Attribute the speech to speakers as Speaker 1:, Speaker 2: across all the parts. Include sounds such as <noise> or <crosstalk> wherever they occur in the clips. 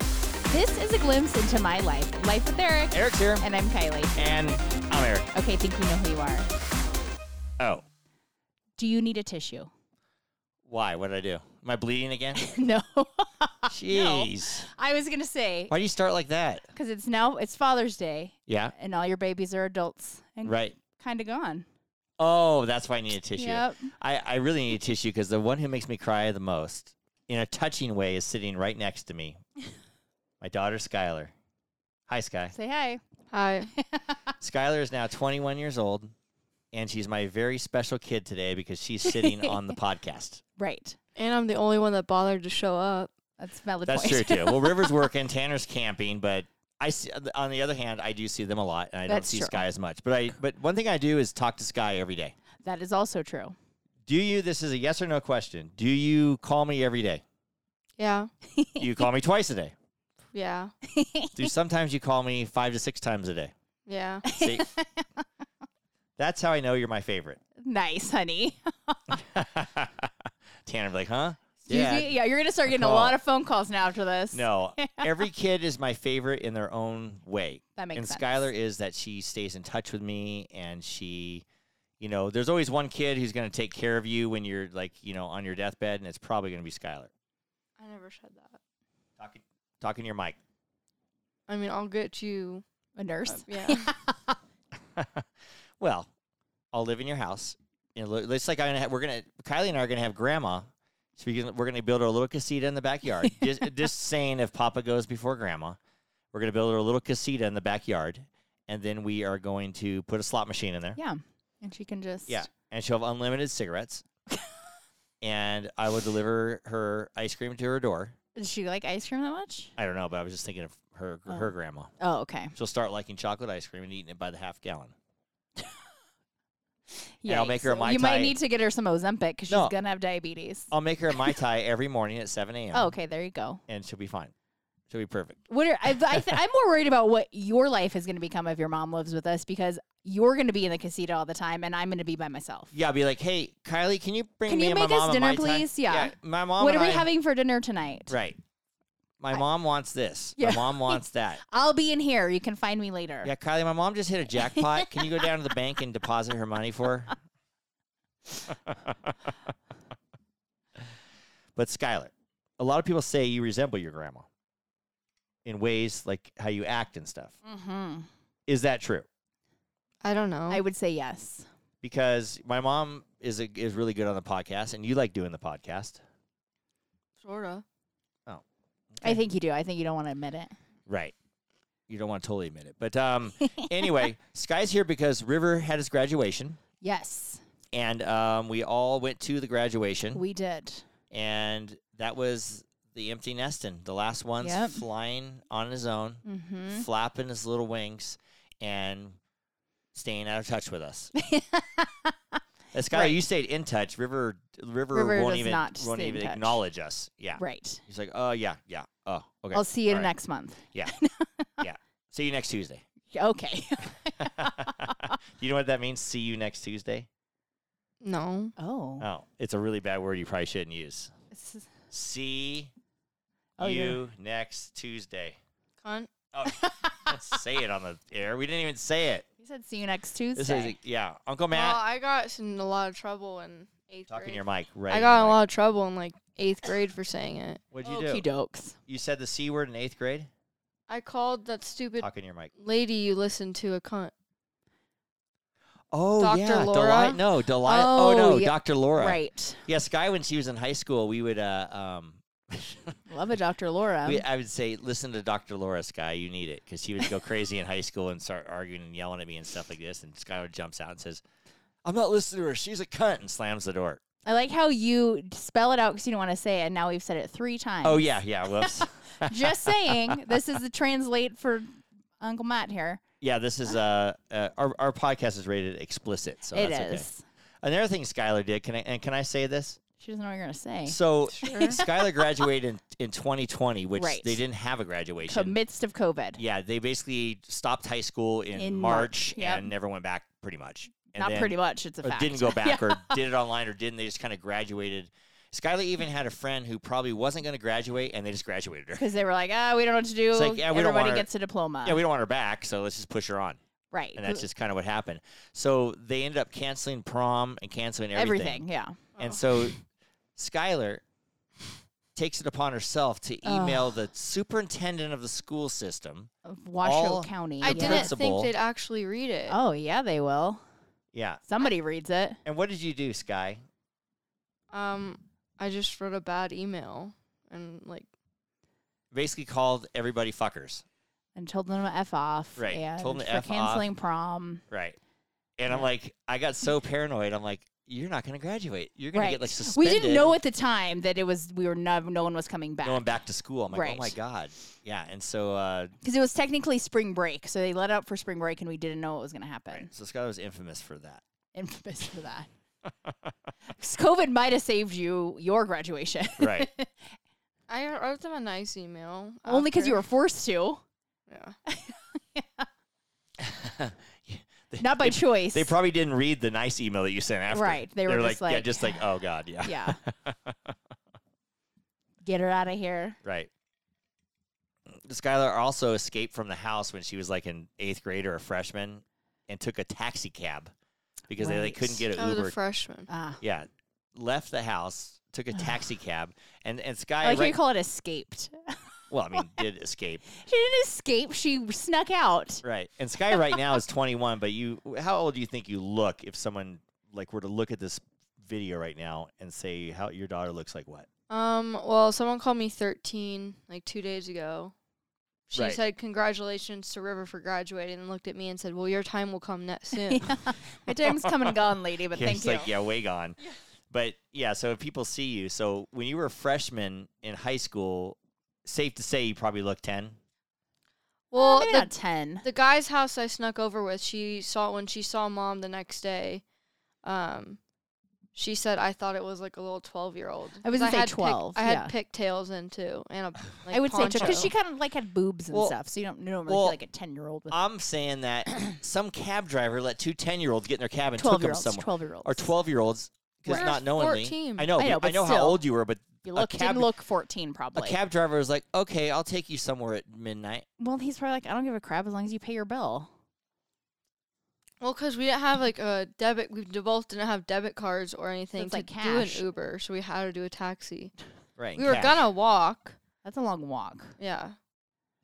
Speaker 1: This is a glimpse into my life. Life with Eric.
Speaker 2: Eric's here.
Speaker 1: And I'm Kylie.
Speaker 2: And I'm Eric.
Speaker 1: Okay, I think we know who you are.
Speaker 2: Oh,
Speaker 1: Do you need a tissue? <laughs>
Speaker 2: why? What did I do? Am I bleeding again?
Speaker 1: no.
Speaker 2: Jeez.
Speaker 1: I was going to say,
Speaker 2: Why do you start like that?
Speaker 1: because it's now, it's Father's Day,
Speaker 2: Yeah.
Speaker 1: and all your babies are adults and
Speaker 2: Right.
Speaker 1: kind of gone.
Speaker 2: Oh, that's why I need a tissue.
Speaker 1: Yep.
Speaker 2: I, I really need a tissue because the one who makes me cry the most in a touching way is sitting right next
Speaker 1: <laughs>
Speaker 2: to me. My daughter, Skylar.
Speaker 1: <laughs>
Speaker 2: Hi, Sky.
Speaker 1: Say hi.
Speaker 3: Hi.
Speaker 2: Skylar is now 21 years old, and she's my very special kid today because she's sitting
Speaker 1: <laughs>
Speaker 2: on the podcast.
Speaker 1: Right.
Speaker 3: <laughs> And I'm the only one that bothered to show up.
Speaker 1: That's valid
Speaker 2: That's
Speaker 1: point.
Speaker 2: true, too.
Speaker 1: <laughs>
Speaker 2: Well, River's working, Tanner's camping, but. I see, on the other hand, I do see them a lot, and I don't
Speaker 1: That's
Speaker 2: see
Speaker 1: true.
Speaker 2: Sky as much. But I, but one thing I do is talk to Sky every day.
Speaker 1: <laughs> that is also true.
Speaker 2: Do you? This is a yes or no question. Do you call me every day?
Speaker 3: Yeah.
Speaker 2: You call
Speaker 1: <laughs>
Speaker 2: me twice a day.
Speaker 3: Yeah.
Speaker 2: Do sometimes you call me five to six times a day?
Speaker 3: <laughs> Yeah.
Speaker 1: <laughs>
Speaker 2: See, that's how I know you're my favorite. <laughs>
Speaker 1: Nice, honey.
Speaker 2: Tanner, be like, huh?
Speaker 1: Excuse me? Yeah, you're going to start getting a
Speaker 2: Call.
Speaker 1: lot of phone calls now after this. <laughs>
Speaker 2: No, every kid is my favorite in their own way.
Speaker 1: That makes
Speaker 2: and
Speaker 1: sense.
Speaker 2: Skylar is that she stays in touch with me and she, you know, there's always one kid who's going to take care of you when you're like, you know, on your deathbed, and it's probably going to be Skylar.
Speaker 3: I never said that.
Speaker 2: Talking, talking to your mic.
Speaker 3: I mean, I'll get you.
Speaker 1: A
Speaker 3: uh, <laughs>
Speaker 1: nurse?
Speaker 2: Um,
Speaker 3: yeah.
Speaker 2: well, I'll live in your house. You know, li- it's like I'm gonna have, we're gonna Kylie and I are gonna have grandma. So we can, we're gonna build her a little casita in
Speaker 1: <laughs>
Speaker 2: the backyard. just, just saying, if Papa goes before Grandma, we're gonna build her a little casita in the backyard, and then we are going to put a slot machine in there.
Speaker 1: Yeah. And she can just.
Speaker 2: Yeah, and she'll have
Speaker 1: <laughs>
Speaker 2: unlimited cigarettes. and I will deliver her ice cream to her door.
Speaker 1: Does she like ice cream that much?
Speaker 2: I don't know, but I was just thinking of her her grandma.
Speaker 1: Oh, okay.
Speaker 2: She'll start liking chocolate ice cream and eating it by the half gallon. And I'll make her a Mai
Speaker 1: You
Speaker 2: Tai.
Speaker 1: might need to get her some Ozempic because she's
Speaker 2: No. Oh,
Speaker 1: gonna have diabetes.
Speaker 2: I'll make her a mai tai every morning at 7 a.m.
Speaker 1: Oh, okay, there you go.
Speaker 2: and she'll be fine. She'll be perfect.
Speaker 1: What are, I, I th- I'm more worried about what your life is going to become if your mom lives with us because you're going to be in the casita all the time and I'm going to be by myself.
Speaker 2: Yeah, I'll be like, hey, Kylie, can you bring
Speaker 1: Can
Speaker 2: me
Speaker 1: you
Speaker 2: and
Speaker 1: make
Speaker 2: my
Speaker 1: us
Speaker 2: mom a
Speaker 1: dinner,
Speaker 2: Mai Tai?"
Speaker 1: please? Yeah.
Speaker 2: my mom.
Speaker 1: what
Speaker 2: and
Speaker 1: are we
Speaker 2: I-
Speaker 1: having for dinner tonight?
Speaker 2: Right. My mom wants this.
Speaker 1: Yeah.
Speaker 2: My
Speaker 1: <laughs>
Speaker 2: mom wants that.
Speaker 1: I'll be in here. You can find me later.
Speaker 2: Yeah, Kylie, my mom just hit a jackpot. Can you go down to the bank and deposit her money for her? <laughs> but Skylar, a lot of people say you resemble your grandma in ways like how you act and stuff.
Speaker 1: Mm-hmm.
Speaker 2: Is that true?
Speaker 3: I don't know.
Speaker 1: I would say yes.
Speaker 2: because my mom is a, is really good on the podcast, and you like doing the podcast,
Speaker 3: Sorta.
Speaker 1: I think you do. I think you don't want to admit it.
Speaker 2: right? You don't want to totally admit it, but um, <laughs> anyway, Sky's here because River had his graduation,
Speaker 1: Yes,
Speaker 2: and um, we all went to the graduation,
Speaker 1: we did.
Speaker 2: and that was the empty nesting, the last one's
Speaker 1: Yep.
Speaker 2: flying on his own,
Speaker 1: Mm-hmm.
Speaker 2: flapping his little wings, and staying out of touch with
Speaker 1: <laughs>
Speaker 2: us. Skylar,
Speaker 1: Right.
Speaker 2: you stayed in touch. River, River,
Speaker 1: River
Speaker 2: won't
Speaker 1: does
Speaker 2: even
Speaker 1: not
Speaker 2: won't
Speaker 1: stay in
Speaker 2: even
Speaker 1: touch.
Speaker 2: acknowledge us. Yeah,
Speaker 1: Right.
Speaker 2: He's like, oh yeah, yeah. Oh, okay.
Speaker 1: I'll see you
Speaker 2: All right.
Speaker 1: next month.
Speaker 2: See you next Tuesday. <laughs>
Speaker 1: <laughs> Okay.
Speaker 2: you know what that means? See you next Tuesday.
Speaker 3: No.
Speaker 1: oh.
Speaker 2: Oh, it's a really bad word. You probably shouldn't use.
Speaker 1: This is-
Speaker 2: See
Speaker 1: Oh, yeah.
Speaker 2: you next Tuesday.
Speaker 3: Cunt.
Speaker 2: Oh, Let's say it on the air. We didn't even say it.
Speaker 1: You said see you next
Speaker 2: This
Speaker 1: Tuesday.
Speaker 2: is yeah, Uncle
Speaker 3: Well,
Speaker 2: Matt
Speaker 3: I got in a lot of trouble in eighth
Speaker 2: talking to
Speaker 3: grade.
Speaker 2: your mic. Right.
Speaker 3: I
Speaker 2: in
Speaker 3: got
Speaker 2: your
Speaker 3: in a
Speaker 2: mic.
Speaker 3: lot of trouble in like eighth grade for saying it.
Speaker 2: What'd you
Speaker 1: Okey
Speaker 2: do?
Speaker 1: dokes.
Speaker 2: You said the c word in eighth grade.
Speaker 3: I called that stupid
Speaker 2: Talking to your mic.
Speaker 3: lady you listened to a cunt.
Speaker 2: Oh
Speaker 3: Dr.
Speaker 2: yeah,
Speaker 3: Laura?
Speaker 2: Deli- no, Delilah. Oh,
Speaker 1: Oh,
Speaker 2: no,
Speaker 1: yeah.
Speaker 2: Dr. Laura.
Speaker 1: Right.
Speaker 2: Yeah, Sky. When she was in high school, we would uh, um, <laughs>
Speaker 1: Love a Dr. Laura.
Speaker 2: We, I would say, listen to Dr. Laura, Sky. You need it because she would go crazy in high school and start arguing and yelling at me and stuff like this. And Sky would jumps out and says, "I'm not listening to her. She's a cunt," and slams the door.
Speaker 1: I like how you spell it out because you don't want to say it, and now we've said it three times.
Speaker 2: Oh yeah, yeah. Whoops.
Speaker 1: Just saying, this is the translate for Uncle Matt here.
Speaker 2: yeah, this is uh, uh our our podcast is rated explicit, so
Speaker 1: it
Speaker 2: that's okay.
Speaker 1: is.
Speaker 2: Another thing Skylar did, can I and can I say this?
Speaker 1: She doesn't know what you're going to say.
Speaker 2: So
Speaker 3: Sure.
Speaker 2: <laughs> Skylar graduated in, in 2020, which
Speaker 1: Right.
Speaker 2: they didn't have a graduation.
Speaker 1: Co- midst of COVID.
Speaker 2: yeah, they basically stopped high school in,
Speaker 1: In
Speaker 2: March,
Speaker 1: March, yep.
Speaker 2: and never went back, pretty much. And
Speaker 1: Not
Speaker 2: then-
Speaker 1: pretty much. It's a
Speaker 2: or
Speaker 1: fact. <laughs>
Speaker 2: didn't go back or did it online or didn't they just kind of graduated Skylar even had a friend who probably wasn't going to graduate, and they just graduated her.
Speaker 1: because they were like, ah, we don't know what to do.
Speaker 2: It's like, yeah, we don't
Speaker 1: Everybody
Speaker 2: want her-
Speaker 1: gets a diploma.
Speaker 2: Yeah, we don't want her back, so let's just push her on.
Speaker 1: right.
Speaker 2: And that's just kind of what happened. So they ended up canceling prom and canceling
Speaker 1: everything. Yeah.
Speaker 2: And
Speaker 3: Oh.
Speaker 2: so Skylar takes it upon herself to email the superintendent of the school system.
Speaker 1: Of Washoe
Speaker 2: All
Speaker 1: County.
Speaker 3: I
Speaker 1: yeah.
Speaker 3: didn't
Speaker 2: principal-
Speaker 3: think they'd actually read it.
Speaker 1: Oh yeah, they will.
Speaker 2: Yeah.
Speaker 1: Somebody reads it.
Speaker 2: And what did you do, Sky?
Speaker 3: Um, I just wrote a bad email and like
Speaker 2: Basically called everybody fuckers.
Speaker 1: and told them to f off.
Speaker 2: Right,
Speaker 1: And
Speaker 2: told them to
Speaker 1: for
Speaker 2: F off.
Speaker 1: canceling prom.
Speaker 2: Right. And I'm like, I got so paranoid. I'm like, you're not going to graduate. You're going to
Speaker 1: Right.
Speaker 2: get like suspended.
Speaker 1: We didn't know at the time that it was we were no, no one was coming back
Speaker 2: Going back to school. I'm like,
Speaker 1: Right.
Speaker 2: oh my God. Yeah. And so, uh,
Speaker 1: because it was technically spring break, so they let up for spring break, and we didn't know what was going to happen.
Speaker 2: right. So Skylar was infamous
Speaker 1: <laughs>
Speaker 2: for that.
Speaker 1: Infamous for
Speaker 2: <laughs>
Speaker 1: that. 'Cause COVID might have saved you your graduation, <laughs>
Speaker 2: Right.
Speaker 3: I wrote them a nice email.
Speaker 1: only because you were
Speaker 3: after.
Speaker 1: forced to,
Speaker 3: Yeah.
Speaker 1: not by
Speaker 2: <laughs> They-
Speaker 1: choice.
Speaker 2: They probably didn't read the nice email that you sent after.
Speaker 1: Right. They were just
Speaker 2: yeah,
Speaker 1: like-
Speaker 2: just like, oh God. Yeah.
Speaker 1: <laughs> yeah. Get her out of here.
Speaker 2: <laughs> Right. Skylar also escaped from the house when she was like in eighth grade or a freshman and took a taxi cab because they, they
Speaker 1: Right. Oh,
Speaker 2: couldn't get
Speaker 3: I
Speaker 2: an
Speaker 3: was
Speaker 2: Uber.
Speaker 3: a freshman.
Speaker 1: Ah.
Speaker 2: yeah. Left the house, took a taxi cab, and, and Sky,
Speaker 1: I like how
Speaker 2: right-
Speaker 1: Oh, you call it escaped.
Speaker 2: <laughs> well, I mean, did escape.
Speaker 1: she didn't escape. She snuck out.
Speaker 2: Right. And Sky right now is 21, but you, how old do you think you look if someone like were to look at this video right now and say how your daughter looks like what?
Speaker 3: Um, well, someone called me 13 like two days ago. She
Speaker 2: Right.
Speaker 3: said, Congratulations to River for graduating, and looked at me and said, Well, your time will come
Speaker 1: <laughs>
Speaker 3: ne- soon.
Speaker 1: Yeah. My time's come and gone, lady,
Speaker 2: <laughs>
Speaker 1: but
Speaker 2: Yeah,
Speaker 1: thank
Speaker 2: it's
Speaker 1: you.
Speaker 2: like, yeah, way gone. But yeah, so if people see you, so when you were a freshman in high school, safe to say you probably looked 10.
Speaker 3: well,
Speaker 1: Maybe
Speaker 3: the,
Speaker 1: not 10.
Speaker 3: the guy's house I snuck over with, she saw when she saw mom the next day. Um, she said, I thought it was like a little 12 year old.
Speaker 1: I was gonna say
Speaker 3: had pic-
Speaker 1: 12,
Speaker 3: I had
Speaker 1: yeah.
Speaker 3: pigtails in too, and a like,
Speaker 1: I would say because she
Speaker 3: poncho.
Speaker 1: kind of like had boobs and
Speaker 2: Well-
Speaker 1: stuff, so you don't, you don't really
Speaker 2: well,
Speaker 1: feel like a 10 year old with
Speaker 2: I'm saying that some cab driver let two 10 year olds get in their cab and took
Speaker 1: 12
Speaker 2: them
Speaker 1: year olds.
Speaker 2: somewhere.
Speaker 1: 12 year olds.
Speaker 2: Or 12 year olds, because
Speaker 3: Right.
Speaker 2: not knowingly.
Speaker 3: 14.
Speaker 2: I know,
Speaker 1: I
Speaker 2: but
Speaker 1: know,
Speaker 2: I
Speaker 1: but
Speaker 2: know how
Speaker 1: still.
Speaker 2: old you were, but
Speaker 1: You
Speaker 2: a
Speaker 1: look,
Speaker 2: cab-
Speaker 1: didn't look 14
Speaker 2: a
Speaker 1: probably.
Speaker 2: cab driver was like, okay, I'll take you somewhere at midnight.
Speaker 1: well, he's probably like, I don't give a crap as long as you pay your bill.
Speaker 3: Well, because we didn't have like a debit, we d- both didn't have debit cards or anything
Speaker 1: it's, like,
Speaker 3: to do an
Speaker 1: cash.
Speaker 3: Uber, so we had to do a taxi.
Speaker 2: Right.
Speaker 3: We were gonna walk.
Speaker 1: That's a long walk.
Speaker 3: Yeah.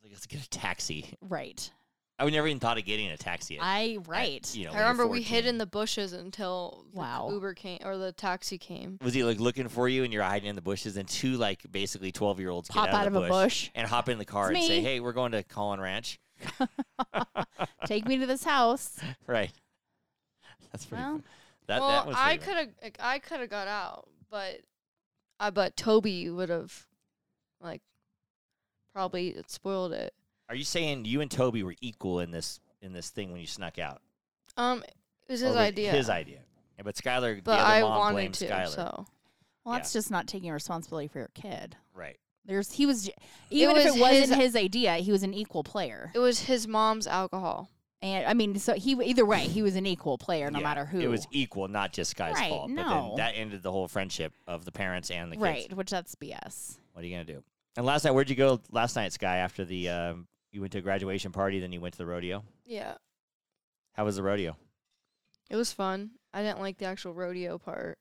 Speaker 2: Like, let's get a taxi.
Speaker 1: Right.
Speaker 2: I would never even thought of getting a taxi. at-
Speaker 1: I,
Speaker 2: at,
Speaker 1: right.
Speaker 2: you know,
Speaker 3: I
Speaker 2: when you're
Speaker 3: remember we hid
Speaker 2: 14.
Speaker 3: in the bushes until the
Speaker 1: Wow.
Speaker 3: Uber came or the taxi came.
Speaker 2: was he like looking for you and you're hiding in the bushes and two like basically 12 year olds
Speaker 1: Pop
Speaker 2: get out, of, the
Speaker 1: a
Speaker 2: bush
Speaker 1: bush.
Speaker 2: and hop in the car
Speaker 1: It's
Speaker 2: and say
Speaker 1: me.
Speaker 2: hey we're going to colin ranch <laughs>
Speaker 1: Take me to this house.
Speaker 2: right that's pretty
Speaker 1: Well,
Speaker 2: fun. that
Speaker 3: well,
Speaker 2: that was pretty
Speaker 3: I
Speaker 2: fun.
Speaker 3: could have, like, I could have got out, but I but Toby would have, like, probably spoiled it.
Speaker 2: are you saying you and toby were equal in this in this thing when you snuck out
Speaker 3: Um, it was
Speaker 2: Or
Speaker 3: his
Speaker 2: was it
Speaker 3: idea.
Speaker 2: his idea Yeah, but skylar
Speaker 3: But
Speaker 2: the other
Speaker 3: I
Speaker 2: mom
Speaker 3: wanted
Speaker 2: blamed
Speaker 3: to.
Speaker 2: skylar
Speaker 3: So
Speaker 1: Well, that's just not taking responsibility for your kid.
Speaker 2: right
Speaker 1: There's he was j- even if
Speaker 3: was
Speaker 1: it wasn't
Speaker 3: his-
Speaker 1: his idea, he was an equal player.
Speaker 3: it was his mom's alcohol.
Speaker 1: And I mean, so he either way, he was an equal player, no
Speaker 2: Yeah,
Speaker 1: matter who.
Speaker 2: it was equal not just sky's
Speaker 1: Right,
Speaker 2: fault but
Speaker 1: no.
Speaker 2: then that ended the whole friendship of the parents and the kids
Speaker 1: right, which that's BS.
Speaker 2: what are you gonna do and last night where'd you go last night sky after the um, you went to a graduation party then you went to the rodeo
Speaker 3: Yeah,
Speaker 2: how was the rodeo
Speaker 3: it was fun. I didn't like the actual rodeo part.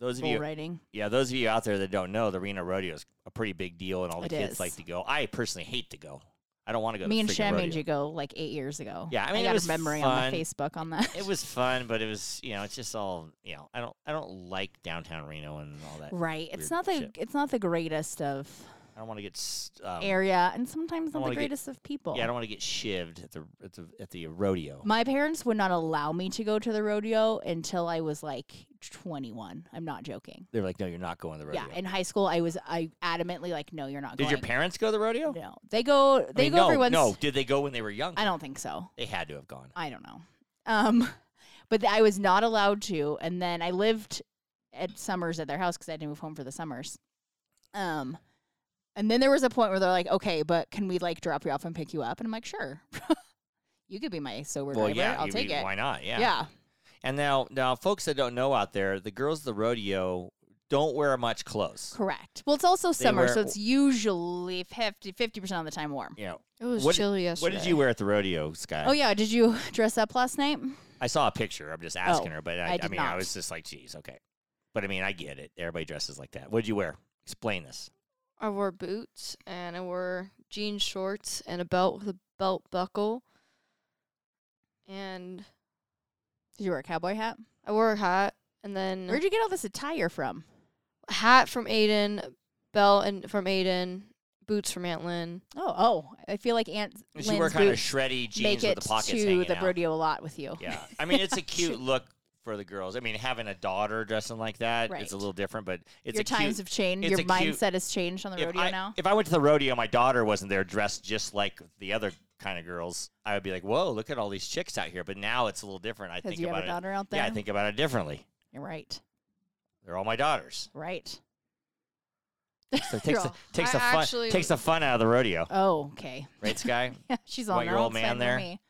Speaker 2: those of
Speaker 1: Bull
Speaker 2: you
Speaker 1: riding.
Speaker 2: Yeah, those of you out there that don't know, the Reno Rodeo is a pretty big deal, and all the
Speaker 1: It
Speaker 2: kids
Speaker 1: is.
Speaker 2: like to go. I personally hate to go. I don't want to go.
Speaker 1: Me
Speaker 2: to
Speaker 1: and
Speaker 2: freaking
Speaker 1: Shan made
Speaker 2: rodeo.
Speaker 1: you go like eight years ago.
Speaker 2: Yeah, I mean,
Speaker 1: I
Speaker 2: it
Speaker 1: got
Speaker 2: was
Speaker 1: a memory on
Speaker 2: fun.
Speaker 1: my Facebook on
Speaker 2: <laughs>
Speaker 1: that.
Speaker 2: It was fun, but it was you know it's just all you know. I don't I don't like downtown Reno and all that.
Speaker 1: <laughs> right. It's
Speaker 2: weird
Speaker 1: not the
Speaker 2: shit.
Speaker 1: it's not the greatest of
Speaker 2: I don't want to get s- um,
Speaker 1: area, and sometimes
Speaker 2: I
Speaker 1: not
Speaker 2: wanna
Speaker 1: the
Speaker 2: get-
Speaker 1: greatest of people.
Speaker 2: yeah. I don't want to get shivved at the at the at the rodeo.
Speaker 1: my parents would not allow me to go to the rodeo until I was like 21. I'm not joking.
Speaker 2: They're like, no, you're not going to the rodeo.
Speaker 1: Yeah, in high school, I was I adamantly like, no, you're not
Speaker 2: did
Speaker 1: going.
Speaker 2: your parents go to the rodeo?
Speaker 1: No, they go.
Speaker 2: I
Speaker 1: They
Speaker 2: mean,
Speaker 1: go
Speaker 2: no,
Speaker 1: every once.
Speaker 2: No, did they go when they were young?
Speaker 1: I don't think so.
Speaker 2: They had to have gone.
Speaker 1: I don't know. Um, <laughs> but th- I was not allowed to. And then I lived at summers at their house because I had to move home for the summers. Um, and then there was a point where they're like, okay, but can we like drop you off and pick you up? And I'm like, sure. <laughs> you could be my sober
Speaker 2: well,
Speaker 1: driver.
Speaker 2: yeah,
Speaker 1: I'll
Speaker 2: you-
Speaker 1: take
Speaker 2: you-
Speaker 1: it.
Speaker 2: Why not?
Speaker 1: yeah.
Speaker 2: And now, now, folks that don't know out there, the girls of the rodeo don't wear much clothes.
Speaker 1: Correct. Well, it's also summer,
Speaker 2: wear-
Speaker 1: so it's usually 50 percent of the time warm.
Speaker 2: You know,
Speaker 3: It was
Speaker 2: What-
Speaker 3: chilly yesterday.
Speaker 2: what did you wear at the rodeo, Sky?
Speaker 1: Oh yeah, did you dress up last night?
Speaker 2: I saw a picture. I'm just asking
Speaker 1: Oh,
Speaker 2: her, but
Speaker 1: I
Speaker 2: I, I,
Speaker 1: did
Speaker 2: mean, I
Speaker 1: not.
Speaker 2: was just like, geez, okay. But I mean, I get it. Everybody dresses like that. What did you wear? Explain this.
Speaker 3: I wore boots and I wore jean shorts and a belt with a belt buckle. And
Speaker 1: Did you wear a cowboy hat?
Speaker 3: I wore a hat and then
Speaker 1: Where'd you get all this attire from?
Speaker 3: hat from Aiden, belt and from Aiden, boots from Antlin.
Speaker 1: Oh, oh, I feel like Aunt
Speaker 2: And
Speaker 1: Lynn's
Speaker 2: she wore kind of
Speaker 1: boots
Speaker 2: shreddy jeans
Speaker 1: make
Speaker 2: with
Speaker 1: it
Speaker 2: the pockets
Speaker 1: to
Speaker 2: hanging
Speaker 1: the
Speaker 2: out.
Speaker 1: rodeo a lot with you. <laughs>
Speaker 2: Yeah, I mean, it's a cute look for the girls. I mean, having a daughter dressing like that, it's a
Speaker 1: Right.
Speaker 2: little different, but it's
Speaker 1: Your
Speaker 2: a cute.
Speaker 1: times have changed.
Speaker 2: it's
Speaker 1: Your
Speaker 2: a cute-
Speaker 1: mindset has changed on the
Speaker 2: if
Speaker 1: rodeo
Speaker 2: I,
Speaker 1: now.
Speaker 2: If I went to the rodeo, my daughter wasn't there dressed just like the other kind of girls. I would be like, "Whoa, look at all these chicks out here!" But now it's a little different. I
Speaker 1: Because
Speaker 2: think
Speaker 1: you have
Speaker 2: about
Speaker 1: a
Speaker 2: it.
Speaker 1: daughter out there.
Speaker 2: Yeah, I think about it differently.
Speaker 1: You're right.
Speaker 2: They're all my daughters.
Speaker 1: Right.
Speaker 2: So it takes the,
Speaker 3: all-
Speaker 2: takes
Speaker 3: I
Speaker 2: the fun
Speaker 3: actually-
Speaker 2: takes the fun out of the rodeo,
Speaker 1: Oh, okay. <laughs>
Speaker 2: right, Sky?
Speaker 1: She's
Speaker 2: Want
Speaker 1: on
Speaker 2: your
Speaker 1: the
Speaker 2: old man
Speaker 1: outside with
Speaker 2: there?
Speaker 1: me.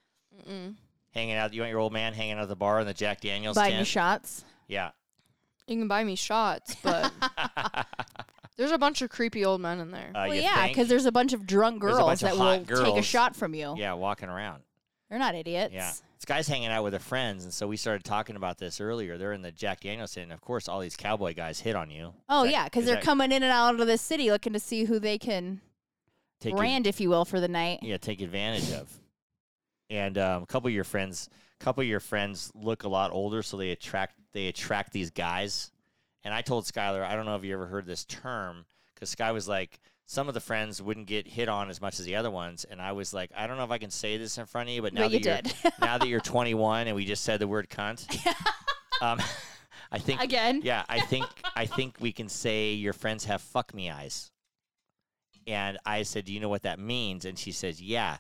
Speaker 3: Mm-mm.
Speaker 2: hanging out. You want your old man hanging out at the bar in the Jack Daniels
Speaker 1: Buying you
Speaker 2: tent?
Speaker 1: shots.
Speaker 2: yeah. <laughs>
Speaker 3: You can buy me shots, but
Speaker 1: <laughs>
Speaker 3: there's a bunch of creepy old men in there.
Speaker 1: <laughs>
Speaker 2: Uh,
Speaker 1: well,
Speaker 2: you
Speaker 1: yeah,
Speaker 2: think?
Speaker 1: because there's a bunch of drunk
Speaker 2: There's a
Speaker 1: girls
Speaker 2: bunch of
Speaker 1: that
Speaker 2: hot
Speaker 1: will take a
Speaker 2: girls.
Speaker 1: shot from you.
Speaker 2: yeah, walking around.
Speaker 1: They're not idiots.
Speaker 2: Yeah. This guy's hanging out with her friends, and so we started talking about this earlier. They're in the Jack Daniels tent, and of course, all these cowboy guys hit on you.
Speaker 1: Oh
Speaker 2: Is that-
Speaker 1: yeah, because
Speaker 2: is
Speaker 1: they're
Speaker 2: that
Speaker 1: coming in and out of the city looking to see who they can
Speaker 2: take ad-
Speaker 1: brand, if you will, for the night.
Speaker 2: yeah, take advantage of. And um, a couple of your friends, a couple of your friends look a lot older, so they attract they attract these guys. And I told Skylar, I don't know if you ever heard this term, because Sky was like, some of the friends wouldn't get hit on as much as the other ones, and I was like, I don't know if I can say this in front of you, but now
Speaker 1: but you
Speaker 2: that are
Speaker 1: did
Speaker 2: now that you're 21 and we just said the word cunt, um, <laughs> I <laughs>
Speaker 1: <laughs>
Speaker 2: think
Speaker 1: again.
Speaker 2: yeah,
Speaker 1: <laughs>
Speaker 2: I think I think we can say your friends have fuck me eyes. And I said, "Do you know what that means?" And she says, "Yeah."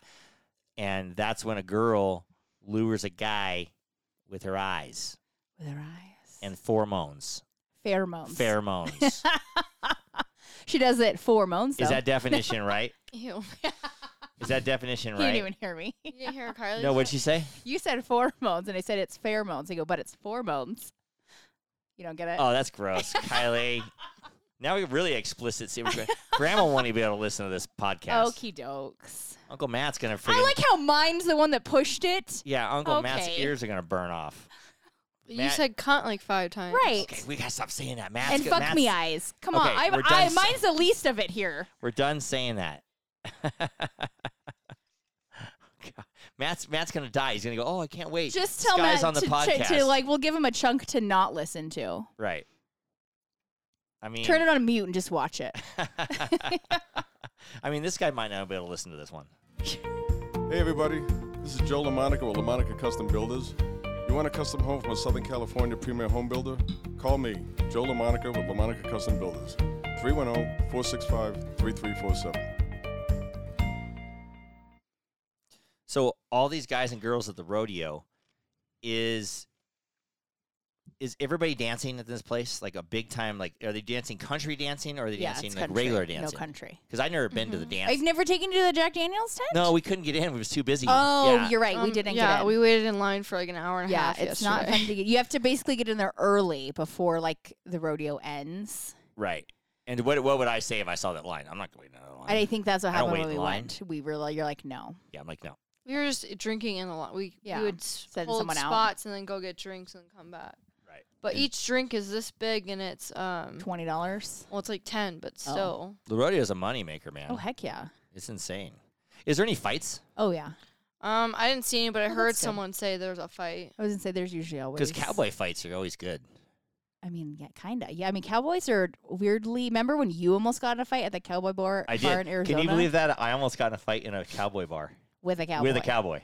Speaker 2: And that's when a girl lures a guy with her eyes
Speaker 1: With her eyes
Speaker 2: and pheromones.
Speaker 1: pheromones. <laughs>
Speaker 2: Pheromones.
Speaker 1: she does it pheromones. Though.
Speaker 2: Is that definition right?
Speaker 3: Ew.
Speaker 2: Is that
Speaker 1: <laughs> <laughs>
Speaker 2: definition
Speaker 1: you didn't
Speaker 2: right?
Speaker 1: even hear me?
Speaker 3: You
Speaker 1: <laughs>
Speaker 3: didn't hear Kylie?
Speaker 2: No, what'd she say?
Speaker 1: You said <laughs> pheromones, and I said it's pheromones. I go, but it's pheromones. You don't get it.
Speaker 2: Oh, that's gross, Kylie. Now we really explicit.
Speaker 1: <laughs>
Speaker 2: See, we're- Grandma won't even be able to listen to this podcast.
Speaker 1: Okie dokes.
Speaker 2: Uncle Matt's gonna freaking.
Speaker 1: I like how mine's the one that pushed it.
Speaker 2: yeah, Uncle Matt's
Speaker 1: Okay.
Speaker 2: ears are gonna burn off.
Speaker 3: You
Speaker 2: Matt-
Speaker 3: said cunt like five times.
Speaker 1: Right.
Speaker 2: Okay, we gotta stop saying that. Matt's
Speaker 1: and
Speaker 2: go-
Speaker 1: fuck
Speaker 2: Matt's-
Speaker 1: me eyes. Come on.
Speaker 2: Okay,
Speaker 1: I'm,
Speaker 2: we're done
Speaker 1: I,
Speaker 2: s-
Speaker 1: mine's the least of it here.
Speaker 2: We're done saying that. <laughs> God. Matt's Matt's gonna die. He's gonna go. Oh, I can't wait.
Speaker 1: Just
Speaker 2: This
Speaker 1: tell
Speaker 2: guy's
Speaker 1: Matt
Speaker 2: on the
Speaker 1: to,
Speaker 2: podcast.
Speaker 1: To, to like, we'll give him a chunk to not listen to.
Speaker 2: right. I mean,
Speaker 1: Turn it on mute and just watch it.
Speaker 2: I mean, this guy might not be able to listen to this one.
Speaker 4: Hey everybody, this is Joe LaMonica with LaMonica Custom Builders. You want a custom home from a Southern California premier home builder? Call me, Joe LaMonica with LaMonica Custom Builders, 310-465-3347.
Speaker 2: So all these guys and girls at the rodeo is is everybody dancing at this place like a big time like are they dancing country dancing or are they
Speaker 1: yeah,
Speaker 2: dancing
Speaker 1: it's
Speaker 2: like
Speaker 1: country.
Speaker 2: regular
Speaker 1: No
Speaker 2: dancing?
Speaker 1: country. Mm-hmm.
Speaker 2: Because I've never been to the dance.
Speaker 1: I've never taken you to the Jack Daniels tent.
Speaker 2: no, we couldn't get in. We was too busy.
Speaker 1: Oh,
Speaker 2: Yeah.
Speaker 1: you're right. we
Speaker 3: Um,
Speaker 1: didn't
Speaker 3: yeah,
Speaker 1: get in.
Speaker 3: we waited in line for like an hour and a
Speaker 1: yeah,
Speaker 3: half.
Speaker 1: it's not
Speaker 3: yesterday.
Speaker 1: fun to get. You have to basically get in there early before like the rodeo ends.
Speaker 2: Right. And what what would I say if I saw that line? I'm not going to that line.
Speaker 1: And I think that's what
Speaker 2: I don't
Speaker 1: happened
Speaker 2: wait
Speaker 1: when
Speaker 2: in
Speaker 1: we
Speaker 2: line.
Speaker 1: went. We were like, you're like, no.
Speaker 2: yeah, I'm like no.
Speaker 3: <laughs> We were just drinking in the line. We,
Speaker 1: Yeah,
Speaker 3: we would
Speaker 1: send
Speaker 3: send hold
Speaker 1: someone out.
Speaker 3: spots and then go get drinks and come back.
Speaker 2: Right.
Speaker 3: But
Speaker 2: And-
Speaker 3: each drink is this big and it's
Speaker 2: Hmm?
Speaker 3: um
Speaker 1: Twenty dollars.
Speaker 3: well it's like ten, but
Speaker 1: Oh.
Speaker 3: still.
Speaker 2: The rodeo is a moneymaker, man.
Speaker 1: Oh heck yeah.
Speaker 2: It's insane. Is there any fights?
Speaker 1: Oh yeah.
Speaker 3: Um, I didn't see any, but I
Speaker 1: Oh,
Speaker 3: heard
Speaker 1: that's good.
Speaker 3: someone say there was a fight.
Speaker 1: I was gonna say there's usually always
Speaker 2: Because cowboy fights are always good.
Speaker 1: I mean, yeah, kinda. Yeah, I mean, cowboys are weirdly. Remember when you almost got in a fight at the cowboy bar,
Speaker 2: I
Speaker 1: bar
Speaker 2: did.
Speaker 1: in Arizona
Speaker 2: Can you believe that? I almost got in a fight in a cowboy bar
Speaker 1: with a cowboy?
Speaker 2: with a cowboy.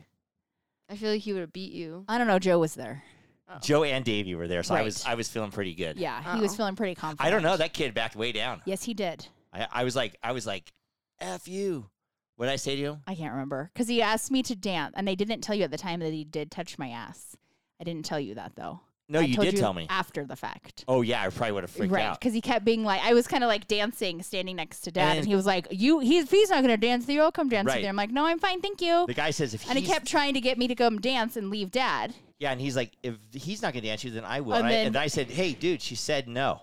Speaker 3: I feel like he would have beat you.
Speaker 1: I don't know. Joe was there.
Speaker 3: Oh.
Speaker 2: Joe and Davey were there, so I
Speaker 1: Right.
Speaker 2: was I was feeling pretty good.
Speaker 1: Yeah, he was
Speaker 3: Uh-oh.
Speaker 1: feeling pretty confident.
Speaker 2: I don't know. That kid backed way down.
Speaker 1: Yes, he did.
Speaker 2: I, I was like I was like, f you. What did I say to him?
Speaker 1: I can't remember because he asked me to dance, and I didn't tell you at the time that he did touch my ass. I didn't tell you that though.
Speaker 2: No,
Speaker 1: I
Speaker 2: you
Speaker 1: told
Speaker 2: did tell me.
Speaker 1: after the fact.
Speaker 2: oh yeah, I probably would have freaked
Speaker 1: Right,
Speaker 2: out.
Speaker 1: because he kept being like, I was kind of like dancing, standing next to dad,
Speaker 2: And-
Speaker 1: and, he was like, "You, he's if he's not gonna dance with you. I'll come dance
Speaker 2: Right.
Speaker 1: with you." I'm like, "No, I'm fine, thank you."
Speaker 2: The guy says if
Speaker 1: and he
Speaker 2: he's-
Speaker 1: kept trying to get me to come dance and leave dad.
Speaker 2: Yeah, and he's like, if he's not gonna dance you, then I will.
Speaker 1: And
Speaker 2: And, I,
Speaker 1: then-
Speaker 2: and I said, hey, dude, she said no.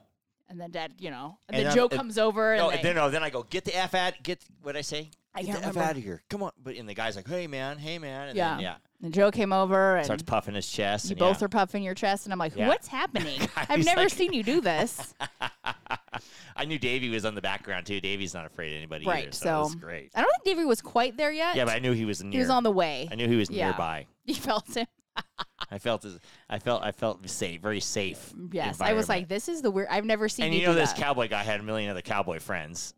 Speaker 1: And then dad, you know, and,
Speaker 2: And
Speaker 1: then
Speaker 2: I'm-
Speaker 1: Joe
Speaker 2: it-
Speaker 1: comes over and
Speaker 2: No,
Speaker 1: they-
Speaker 2: and then no, then I go get the f out. Get what I say.
Speaker 1: I
Speaker 2: Get
Speaker 1: can't
Speaker 2: the f
Speaker 1: remember.
Speaker 2: out of here. Come on. But and the guy's like, hey man, hey man. And
Speaker 1: yeah.
Speaker 2: Then, yeah.
Speaker 1: And Joe came over and
Speaker 2: Starts puffing his chest.
Speaker 1: you
Speaker 2: and
Speaker 1: both
Speaker 2: yeah.
Speaker 1: are puffing your chest and I'm like,
Speaker 2: Yeah.
Speaker 1: "What's happening? I've
Speaker 2: <laughs> He's
Speaker 1: never
Speaker 2: like-
Speaker 1: seen you do this."
Speaker 2: <laughs> I knew Davey was on the background too. Davey's not afraid of anybody either,
Speaker 1: Right,
Speaker 2: so, that's
Speaker 1: so-
Speaker 2: great.
Speaker 1: I don't think Davey was quite there yet.
Speaker 2: Yeah, but I knew he was near.
Speaker 1: he was on the way. <laughs>
Speaker 2: I knew he was
Speaker 1: Yeah.
Speaker 2: nearby.
Speaker 1: You felt him.
Speaker 2: I felt his, I felt I felt safe, very safe.
Speaker 1: Yes, I was
Speaker 2: environment.
Speaker 1: like, "This is the weird. I've never seen
Speaker 2: and
Speaker 1: you,
Speaker 2: you know
Speaker 1: do
Speaker 2: this
Speaker 1: that."
Speaker 2: cowboy guy had a million other cowboy friends.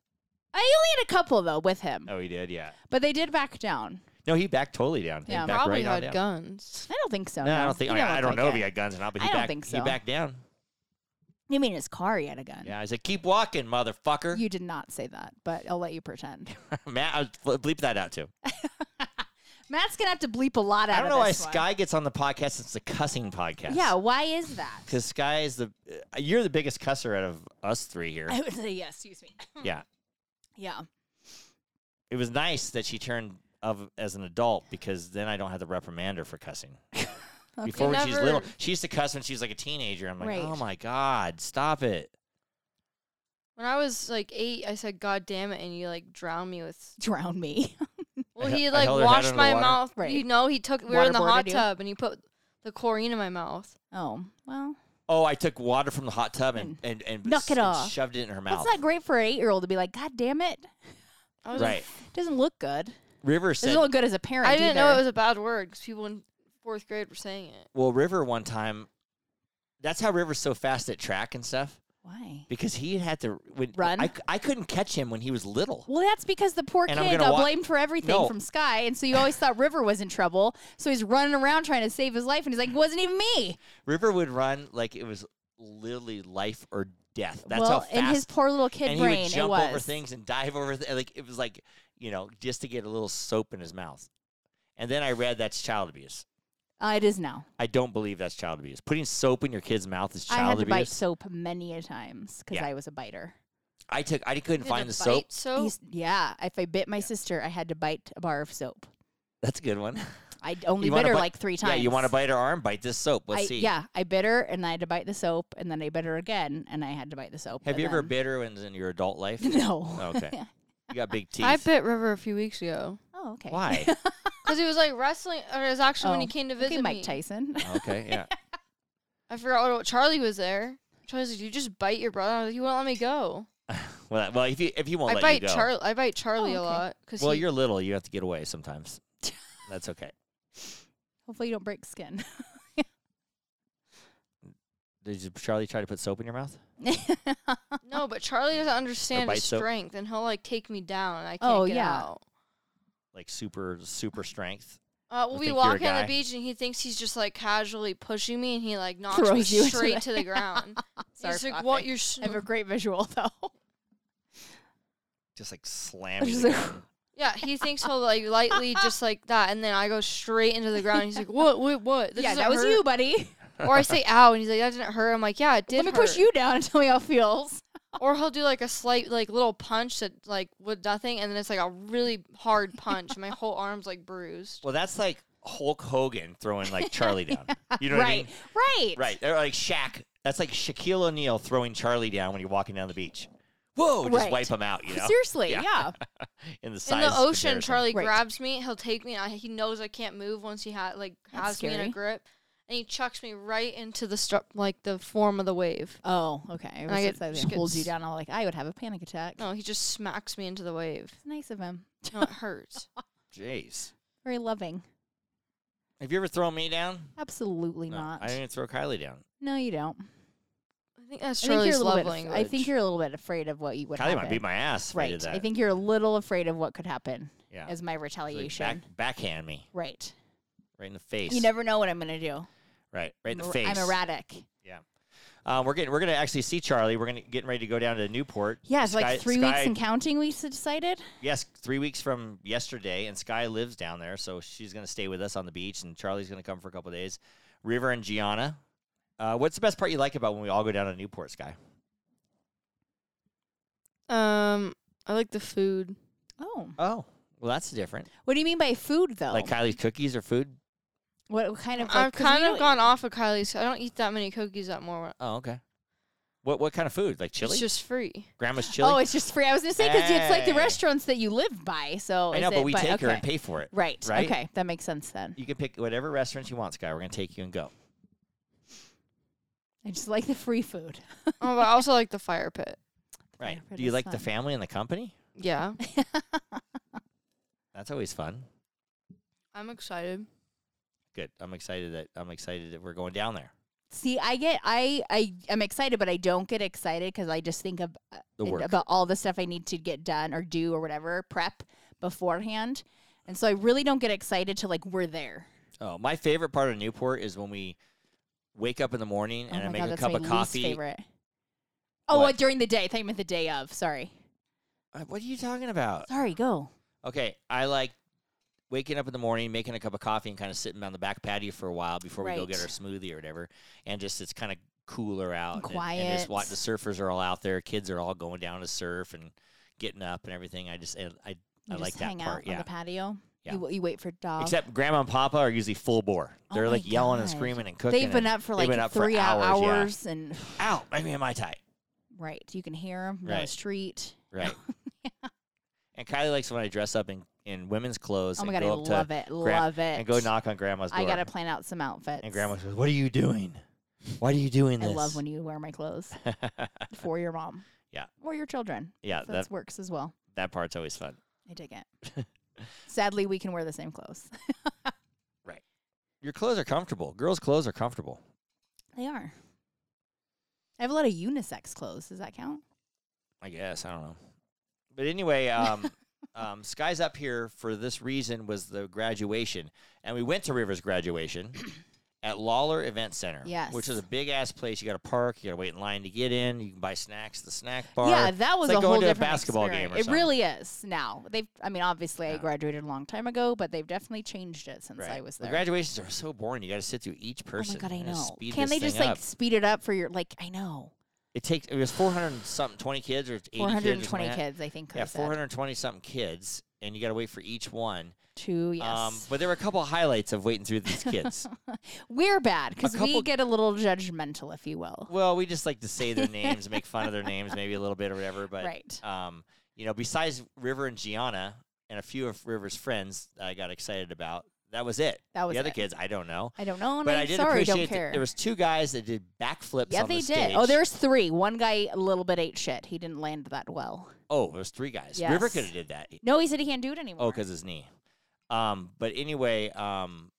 Speaker 1: I only had a couple though with him,
Speaker 2: Oh, he did, yeah.
Speaker 1: but they did back down.
Speaker 2: No, he backed totally down. He
Speaker 1: Yeah.
Speaker 2: backed
Speaker 3: Probably
Speaker 2: right on
Speaker 3: had
Speaker 2: down.
Speaker 3: guns.
Speaker 1: I don't think so.
Speaker 2: No, I don't think. I,
Speaker 1: He
Speaker 2: mean,
Speaker 1: didn't
Speaker 2: I
Speaker 1: look
Speaker 2: don't
Speaker 1: like
Speaker 2: know if
Speaker 1: it.
Speaker 2: he had guns or not, but
Speaker 1: I
Speaker 2: he
Speaker 1: don't
Speaker 2: backed.
Speaker 1: think
Speaker 2: He
Speaker 1: so.
Speaker 2: backed down.
Speaker 1: You mean his car? He had a gun.
Speaker 2: Yeah, I said, "Keep walking, motherfucker."
Speaker 1: You did not say that, but I'll let you pretend.
Speaker 2: <laughs> Matt, I will bleep that out too.
Speaker 1: <laughs> Matt's gonna have to bleep a lot out.
Speaker 2: I don't
Speaker 1: of
Speaker 2: know why
Speaker 1: this one.
Speaker 2: Sky gets on the podcast. It's a cussing podcast.
Speaker 1: Yeah, why is
Speaker 2: <laughs>
Speaker 1: that?
Speaker 2: because Sky is the uh, you're the biggest cusser out of us three here.
Speaker 1: <laughs> I would say yes. Excuse me.
Speaker 2: yeah,
Speaker 1: Yeah.
Speaker 2: it was nice that she turned of as an adult because then I don't have to reprimand her for cussing.
Speaker 1: <laughs>
Speaker 2: <laughs> Before
Speaker 3: You
Speaker 2: when she's little,
Speaker 3: never-
Speaker 2: she used to cuss when she was like a teenager. I'm like,
Speaker 1: Right.
Speaker 2: oh my god, stop it!
Speaker 3: When I was like eight, I said, "God damn it!" and you like drowned me with.
Speaker 1: Drown me. <laughs>
Speaker 3: Well,
Speaker 2: he-
Speaker 3: he
Speaker 2: I
Speaker 3: like
Speaker 2: held her head
Speaker 3: washed
Speaker 2: under the
Speaker 3: my
Speaker 2: water.
Speaker 3: mouth.
Speaker 1: Right.
Speaker 3: You know, he took. We were in the
Speaker 1: Waterboarded
Speaker 3: hot
Speaker 1: you?
Speaker 3: tub, and he put the chlorine in my mouth.
Speaker 1: Oh well,
Speaker 2: Oh, I took water from the hot tub and and, and,
Speaker 1: Knock
Speaker 2: s-
Speaker 1: it
Speaker 2: and
Speaker 1: off.
Speaker 2: shoved it in her mouth.
Speaker 1: that's not great for an eight-year-old to be like, "God damn it,
Speaker 3: I was
Speaker 2: Right,
Speaker 1: doesn't look good."
Speaker 2: River
Speaker 1: Doesn't
Speaker 2: said.
Speaker 1: look good as a parent.
Speaker 3: I didn't know
Speaker 1: either.
Speaker 3: it was a bad word because people in fourth grade were saying it.
Speaker 2: Well, River one time. That's how River's so fast at track and stuff
Speaker 1: Why?
Speaker 2: because he had to when,
Speaker 1: Run?
Speaker 2: I, c- I couldn't catch him when he was little.
Speaker 1: Well, that's because the poor
Speaker 2: And I'm
Speaker 1: kid
Speaker 2: gonna
Speaker 1: got
Speaker 2: wa-
Speaker 1: blamed for everything
Speaker 2: No.
Speaker 1: from Sky, and so you always thought River was in trouble. So he's running around trying to save his life, and he's like, "It wasn't even me."
Speaker 2: River would run like it was literally life or death. That's
Speaker 1: well,
Speaker 2: how
Speaker 1: in
Speaker 2: fast
Speaker 1: his poor little kid
Speaker 2: and
Speaker 1: brain,
Speaker 2: he would
Speaker 1: it
Speaker 2: jump
Speaker 1: was.
Speaker 2: over things and dive over th- like it was like you know just to get a little soap in his mouth and then i read that's child abuse
Speaker 1: Uh, it is now.
Speaker 2: i don't believe that's child abuse putting soap in your kid's mouth is
Speaker 1: I had
Speaker 2: child
Speaker 1: to bite
Speaker 2: abuse
Speaker 1: soap many a times because
Speaker 2: Yeah.
Speaker 1: I was a biter.
Speaker 2: i took i couldn't
Speaker 3: Did
Speaker 2: find
Speaker 3: it
Speaker 2: the soap
Speaker 3: bite soap?
Speaker 1: He's- yeah, if I bit my sister, I had to bite a bar of soap.
Speaker 2: that's a good one
Speaker 1: I only
Speaker 2: You
Speaker 1: bit
Speaker 2: wanna
Speaker 1: her
Speaker 2: bite-
Speaker 1: like three
Speaker 2: yeah
Speaker 1: times.
Speaker 2: you want to bite her arm bite this soap let's
Speaker 1: I,
Speaker 2: see
Speaker 1: Yeah, I bit her, and I had to bite the soap, and then I bit her again, and I had to bite the soap.
Speaker 2: have
Speaker 1: and
Speaker 2: you ever
Speaker 1: then-
Speaker 2: bit her in, in your adult life
Speaker 1: <laughs> No.
Speaker 2: okay you got big teeth
Speaker 3: I bit River a few weeks ago
Speaker 1: <laughs> oh, <laughs> okay.
Speaker 2: why
Speaker 3: because he was like wrestling. Or it was actually when he
Speaker 1: Oh,
Speaker 3: came to visit
Speaker 1: Okay, Mike
Speaker 3: me.
Speaker 1: Tyson. <laughs>
Speaker 2: okay yeah
Speaker 3: I forgot what Charlie was there. Charlie's like, "You just bite your brother." I was like, "You won't let me go."
Speaker 2: well, that- well if you if you won't
Speaker 3: I
Speaker 2: let
Speaker 3: bite
Speaker 2: you go
Speaker 3: Charlie. I bite Charlie
Speaker 1: Oh, okay.
Speaker 3: a lot because
Speaker 2: well
Speaker 3: he,
Speaker 2: you're little you have to get
Speaker 1: <laughs>
Speaker 2: away sometimes that's okay
Speaker 1: Hopefully, you don't break skin.
Speaker 2: did you- charlie try to put soap in your mouth
Speaker 3: <laughs> no, but Charlie doesn't understand
Speaker 2: bite
Speaker 3: his
Speaker 2: soap.
Speaker 3: strength, and he'll like take me down, and I can't
Speaker 1: Oh,
Speaker 3: get
Speaker 1: yeah.
Speaker 3: out.
Speaker 2: like super super strength.
Speaker 3: Uh,
Speaker 2: I
Speaker 3: we'll
Speaker 2: think
Speaker 3: be
Speaker 2: you're a
Speaker 3: walking on
Speaker 2: guy.
Speaker 3: the beach, and he thinks he's just like casually pushing me, and he like knocks me
Speaker 1: Throws you into
Speaker 3: straight
Speaker 1: the- <laughs>
Speaker 3: to the ground.
Speaker 1: <laughs> Sorry
Speaker 3: he's
Speaker 1: for
Speaker 3: like, "What?
Speaker 1: laughing.
Speaker 3: You're s-
Speaker 1: I have a great visual though.
Speaker 2: Just like slamming.
Speaker 1: Just
Speaker 2: the
Speaker 1: like-
Speaker 2: ground.
Speaker 3: Yeah, he thinks he'll like
Speaker 1: <laughs>
Speaker 3: lightly just like that, and then I go straight into the ground. And he's like, "What? What? What? This
Speaker 1: yeah,
Speaker 3: doesn't
Speaker 1: that was
Speaker 3: hurt."
Speaker 1: you, buddy.
Speaker 3: Or I say, "Ow," and he's like, "That didn't hurt." I'm like, "Yeah, it did."
Speaker 1: Let me push
Speaker 3: hurt."
Speaker 1: you down and tell me how it feels.
Speaker 3: Or he'll do like a slight like little punch that like with nothing, and then it's like a really hard punch. and my whole arm's like bruised.
Speaker 2: well, that's like Hulk Hogan throwing like
Speaker 1: <laughs>
Speaker 2: Charlie down. You know what I
Speaker 1: right,
Speaker 2: mean?
Speaker 1: right,
Speaker 2: Right. Or like Shaq. That's like Shaquille O'Neal throwing Charlie down when you're walking down the beach. Whoa! Just
Speaker 1: Right.
Speaker 2: wipe him out. You
Speaker 1: <laughs>
Speaker 2: know,
Speaker 1: Seriously,
Speaker 2: Yeah.
Speaker 1: yeah.
Speaker 2: in the
Speaker 3: In
Speaker 2: size
Speaker 3: the ocean,
Speaker 2: comparison.
Speaker 3: Charlie
Speaker 1: Right.
Speaker 3: grabs me. He'll take me. And I, he knows I can't move once he ha- like
Speaker 1: That's
Speaker 3: has me in
Speaker 1: scary.
Speaker 3: a grip, and he chucks me right into the stru- like the form of the wave.
Speaker 1: Oh, okay. I was
Speaker 3: get-
Speaker 1: excited.
Speaker 3: she
Speaker 1: He holds you
Speaker 3: gets-
Speaker 1: down. I'm like, I would have a panic attack.
Speaker 2: Oh.
Speaker 3: No, he just smacks me into the wave.
Speaker 1: It's nice of him.
Speaker 3: No,
Speaker 1: <laughs>
Speaker 3: it hurts.
Speaker 2: Jeez.
Speaker 1: Very loving.
Speaker 2: Have you ever thrown me down?
Speaker 1: Absolutely
Speaker 2: No,
Speaker 1: not.
Speaker 2: I didn't throw Kylie down.
Speaker 1: no, you don't.
Speaker 3: I think that's
Speaker 1: I think you're
Speaker 3: Charlie's
Speaker 1: a
Speaker 3: love
Speaker 1: little bit. af-
Speaker 3: language.
Speaker 1: I think you're a little bit afraid of what you would
Speaker 2: Kylie
Speaker 1: happen.
Speaker 2: might beat my ass. If I did
Speaker 1: right.
Speaker 2: that.
Speaker 1: I think you're a little afraid of what could happen
Speaker 2: Yeah.
Speaker 1: as my
Speaker 2: She's like,
Speaker 1: retaliation.
Speaker 2: back, backhand me
Speaker 1: Right.
Speaker 2: right in the face.
Speaker 1: You never know what I'm gonna do.
Speaker 2: right. Right in the
Speaker 1: I'm,
Speaker 2: face.
Speaker 1: er- I'm erratic.
Speaker 2: Uh, we're getting. We're gonna actually see Charlie. We're gonna getting ready to go down to Newport.
Speaker 1: Yeah, it's
Speaker 2: Sky-
Speaker 1: like three
Speaker 2: Sky-
Speaker 1: weeks and counting. We s- decided.
Speaker 2: Yes, three weeks from yesterday, and Sky lives down there, so she's going to stay with us on the beach, and Charlie's going to come for a couple days. River and Gianna. Uh, what's the best part you like about when we all go down to Newport, Sky?
Speaker 3: Um, I like the food.
Speaker 1: Oh,
Speaker 2: Oh, well, that's different.
Speaker 1: what do you mean by food though?
Speaker 2: Like Kylie's cookies or food?
Speaker 1: What kind of? Like,
Speaker 3: I've
Speaker 1: 'cause we
Speaker 3: kind of
Speaker 1: don't-
Speaker 3: gone off of Kylie's. I don't eat that many cookies that more.
Speaker 2: Oh, okay. What what kind of food? Like chili?
Speaker 3: It's just free.
Speaker 2: Grandma's chili.
Speaker 1: Oh, it's just free. I was gonna say because it's like the
Speaker 2: Hey.
Speaker 1: restaurants that you live by. So
Speaker 2: I
Speaker 1: is
Speaker 2: know, but
Speaker 1: it-
Speaker 2: we take her and
Speaker 1: okay.
Speaker 2: pay for it.
Speaker 1: Right.
Speaker 2: right?
Speaker 1: Okay, that makes sense then.
Speaker 2: You can pick whatever restaurant you want, Sky. We're gonna take you and go.
Speaker 1: I just like the free food. <laughs>
Speaker 3: oh, but I also like the fire pit.
Speaker 2: Right.
Speaker 1: Favorite
Speaker 2: Do you
Speaker 1: is
Speaker 2: like the
Speaker 1: fun.
Speaker 2: family and the company?
Speaker 3: Yeah,
Speaker 2: That's always fun.
Speaker 3: <laughs> I'm excited.
Speaker 2: Good. I'm excited that I'm excited that we're going down there.
Speaker 1: See, I get I I am excited, but I don't get excited because I just think of uh,
Speaker 2: The
Speaker 1: it-
Speaker 2: work.
Speaker 1: about all the stuff I need to get done or do or whatever prep beforehand, and so I really don't get excited till like we're there.
Speaker 2: Oh, my favorite part of Newport is when we wake up in the morning and
Speaker 1: oh
Speaker 2: I
Speaker 1: my
Speaker 2: make
Speaker 1: god,
Speaker 2: a
Speaker 1: that's
Speaker 2: cup
Speaker 1: my
Speaker 2: of
Speaker 1: least
Speaker 2: coffee.
Speaker 1: favorite. Oh,
Speaker 2: What?
Speaker 1: what? during the day? I thought you meant the day of. Sorry.
Speaker 2: Uh, What are you talking about?
Speaker 1: Sorry. Go.
Speaker 2: Okay, I like waking up in the morning, making a cup of coffee, and kind of sitting on the back patio for a while before we go get
Speaker 1: Right.
Speaker 2: our smoothie or whatever. And just it's kind of cooler out, and- And, just
Speaker 1: Quiet.
Speaker 2: watch the surfers are all out there. Kids are all going down to surf and getting up and everything. I just I I, I
Speaker 1: You just
Speaker 2: like that
Speaker 1: hang
Speaker 2: part.
Speaker 1: out on
Speaker 2: yeah.
Speaker 1: the patio.
Speaker 2: Yeah.
Speaker 1: You, you wait for dogs.
Speaker 2: Except grandma and papa are usually full bore.
Speaker 1: Oh
Speaker 2: They're
Speaker 1: my
Speaker 2: like yelling and
Speaker 1: God.
Speaker 2: screaming and cooking.
Speaker 1: they've been
Speaker 2: and,
Speaker 1: up for
Speaker 2: they've
Speaker 1: like
Speaker 2: been up for
Speaker 1: three hou-
Speaker 2: hours, yeah.
Speaker 1: hours and <sighs>
Speaker 2: Ow, make me a mai
Speaker 1: <laughs>
Speaker 2: tai.
Speaker 1: right, you can hear them down
Speaker 2: Right.
Speaker 1: the street.
Speaker 2: Right. And Kylie likes when I dress up in, in women's clothes
Speaker 1: Oh my
Speaker 2: and
Speaker 1: god, I
Speaker 2: go up
Speaker 1: love
Speaker 2: to
Speaker 1: it,
Speaker 2: gra-
Speaker 1: love it.
Speaker 2: and go knock on grandma's door.
Speaker 1: I gotta plan out some outfits.
Speaker 2: And grandma says, "What are you doing? Why are you doing
Speaker 1: I
Speaker 2: this?"
Speaker 1: love when you wear my
Speaker 2: <laughs>
Speaker 1: clothes for your mom.
Speaker 2: Yeah.
Speaker 1: Or your children.
Speaker 2: <laughs> yeah,
Speaker 1: So
Speaker 2: that
Speaker 1: that works as well.
Speaker 2: that part's always fun.
Speaker 1: I dig it.
Speaker 2: <laughs>
Speaker 1: Sadly, we can wear the same clothes. <laughs>
Speaker 2: Your clothes are comfortable. Girls' clothes are comfortable.
Speaker 1: they are. I have a lot of unisex clothes. Does that count?
Speaker 2: I guess I don't know, but
Speaker 1: <laughs>
Speaker 2: anyway, um, um, Sky's up here for this reason was the graduation, and we went to
Speaker 1: <clears throat>
Speaker 2: Rivers' graduation at Lawler Event Center.
Speaker 1: Yes.
Speaker 2: which is a big ass place. You got to park. You got to wait in line to get in. You can buy snacks at the snack bar.
Speaker 1: Yeah, that was
Speaker 2: like
Speaker 1: a
Speaker 2: going
Speaker 1: whole
Speaker 2: to a
Speaker 1: different
Speaker 2: basketball game
Speaker 1: experience.
Speaker 2: or
Speaker 1: it
Speaker 2: something.
Speaker 1: really is now. They've, I mean, obviously,
Speaker 2: Yeah.
Speaker 1: I graduated a long time ago, but they've definitely changed it since
Speaker 2: Right.
Speaker 1: I was
Speaker 2: The
Speaker 1: there.
Speaker 2: graduations are so boring. You got to sit through each
Speaker 1: oh
Speaker 2: person.
Speaker 1: my god, I
Speaker 2: and just
Speaker 1: know.
Speaker 2: speed
Speaker 1: Can
Speaker 2: this
Speaker 1: they
Speaker 2: thing
Speaker 1: just like
Speaker 2: up.
Speaker 1: speed it up for your like? I know,
Speaker 2: It takes it was 400 and something 20 kids or 80 kids or
Speaker 1: four
Speaker 2: something
Speaker 1: hundred
Speaker 2: like
Speaker 1: and twenty
Speaker 2: that.
Speaker 1: kids. I think.
Speaker 2: Yeah,
Speaker 1: Chris said.
Speaker 2: 420 something kids and you got to wait for each one. Um,
Speaker 1: Two. Yes.
Speaker 2: but there were a couple of highlights of waiting through
Speaker 1: <laughs>
Speaker 2: these kids.
Speaker 1: We're bad because
Speaker 2: um, couple-
Speaker 1: we get a little judgmental, if you will.
Speaker 2: well, we just like to say their names, make fun of their names maybe a little bit or whatever, but
Speaker 1: right.
Speaker 2: um you know, besides River and Gianna and a few of River's friends I got excited about. That was it.
Speaker 1: That was
Speaker 2: the other
Speaker 1: it.
Speaker 2: kids, I don't know.
Speaker 1: I don't know, and
Speaker 2: but
Speaker 1: I'm
Speaker 2: I did
Speaker 1: sorry.
Speaker 2: appreciate
Speaker 1: Don't
Speaker 2: that
Speaker 1: care.
Speaker 2: there was two guys that did backflips
Speaker 1: yeah,
Speaker 2: on
Speaker 1: they
Speaker 2: the
Speaker 1: did.
Speaker 2: stage.
Speaker 1: Oh, there's three. One guy a little bit ate shit. He didn't land that well.
Speaker 2: Oh, there's three guys. River
Speaker 1: Yes.
Speaker 2: could have did that.
Speaker 1: No, he said he can't do it anymore.
Speaker 2: Oh, because his knee. Um, but anyway, um,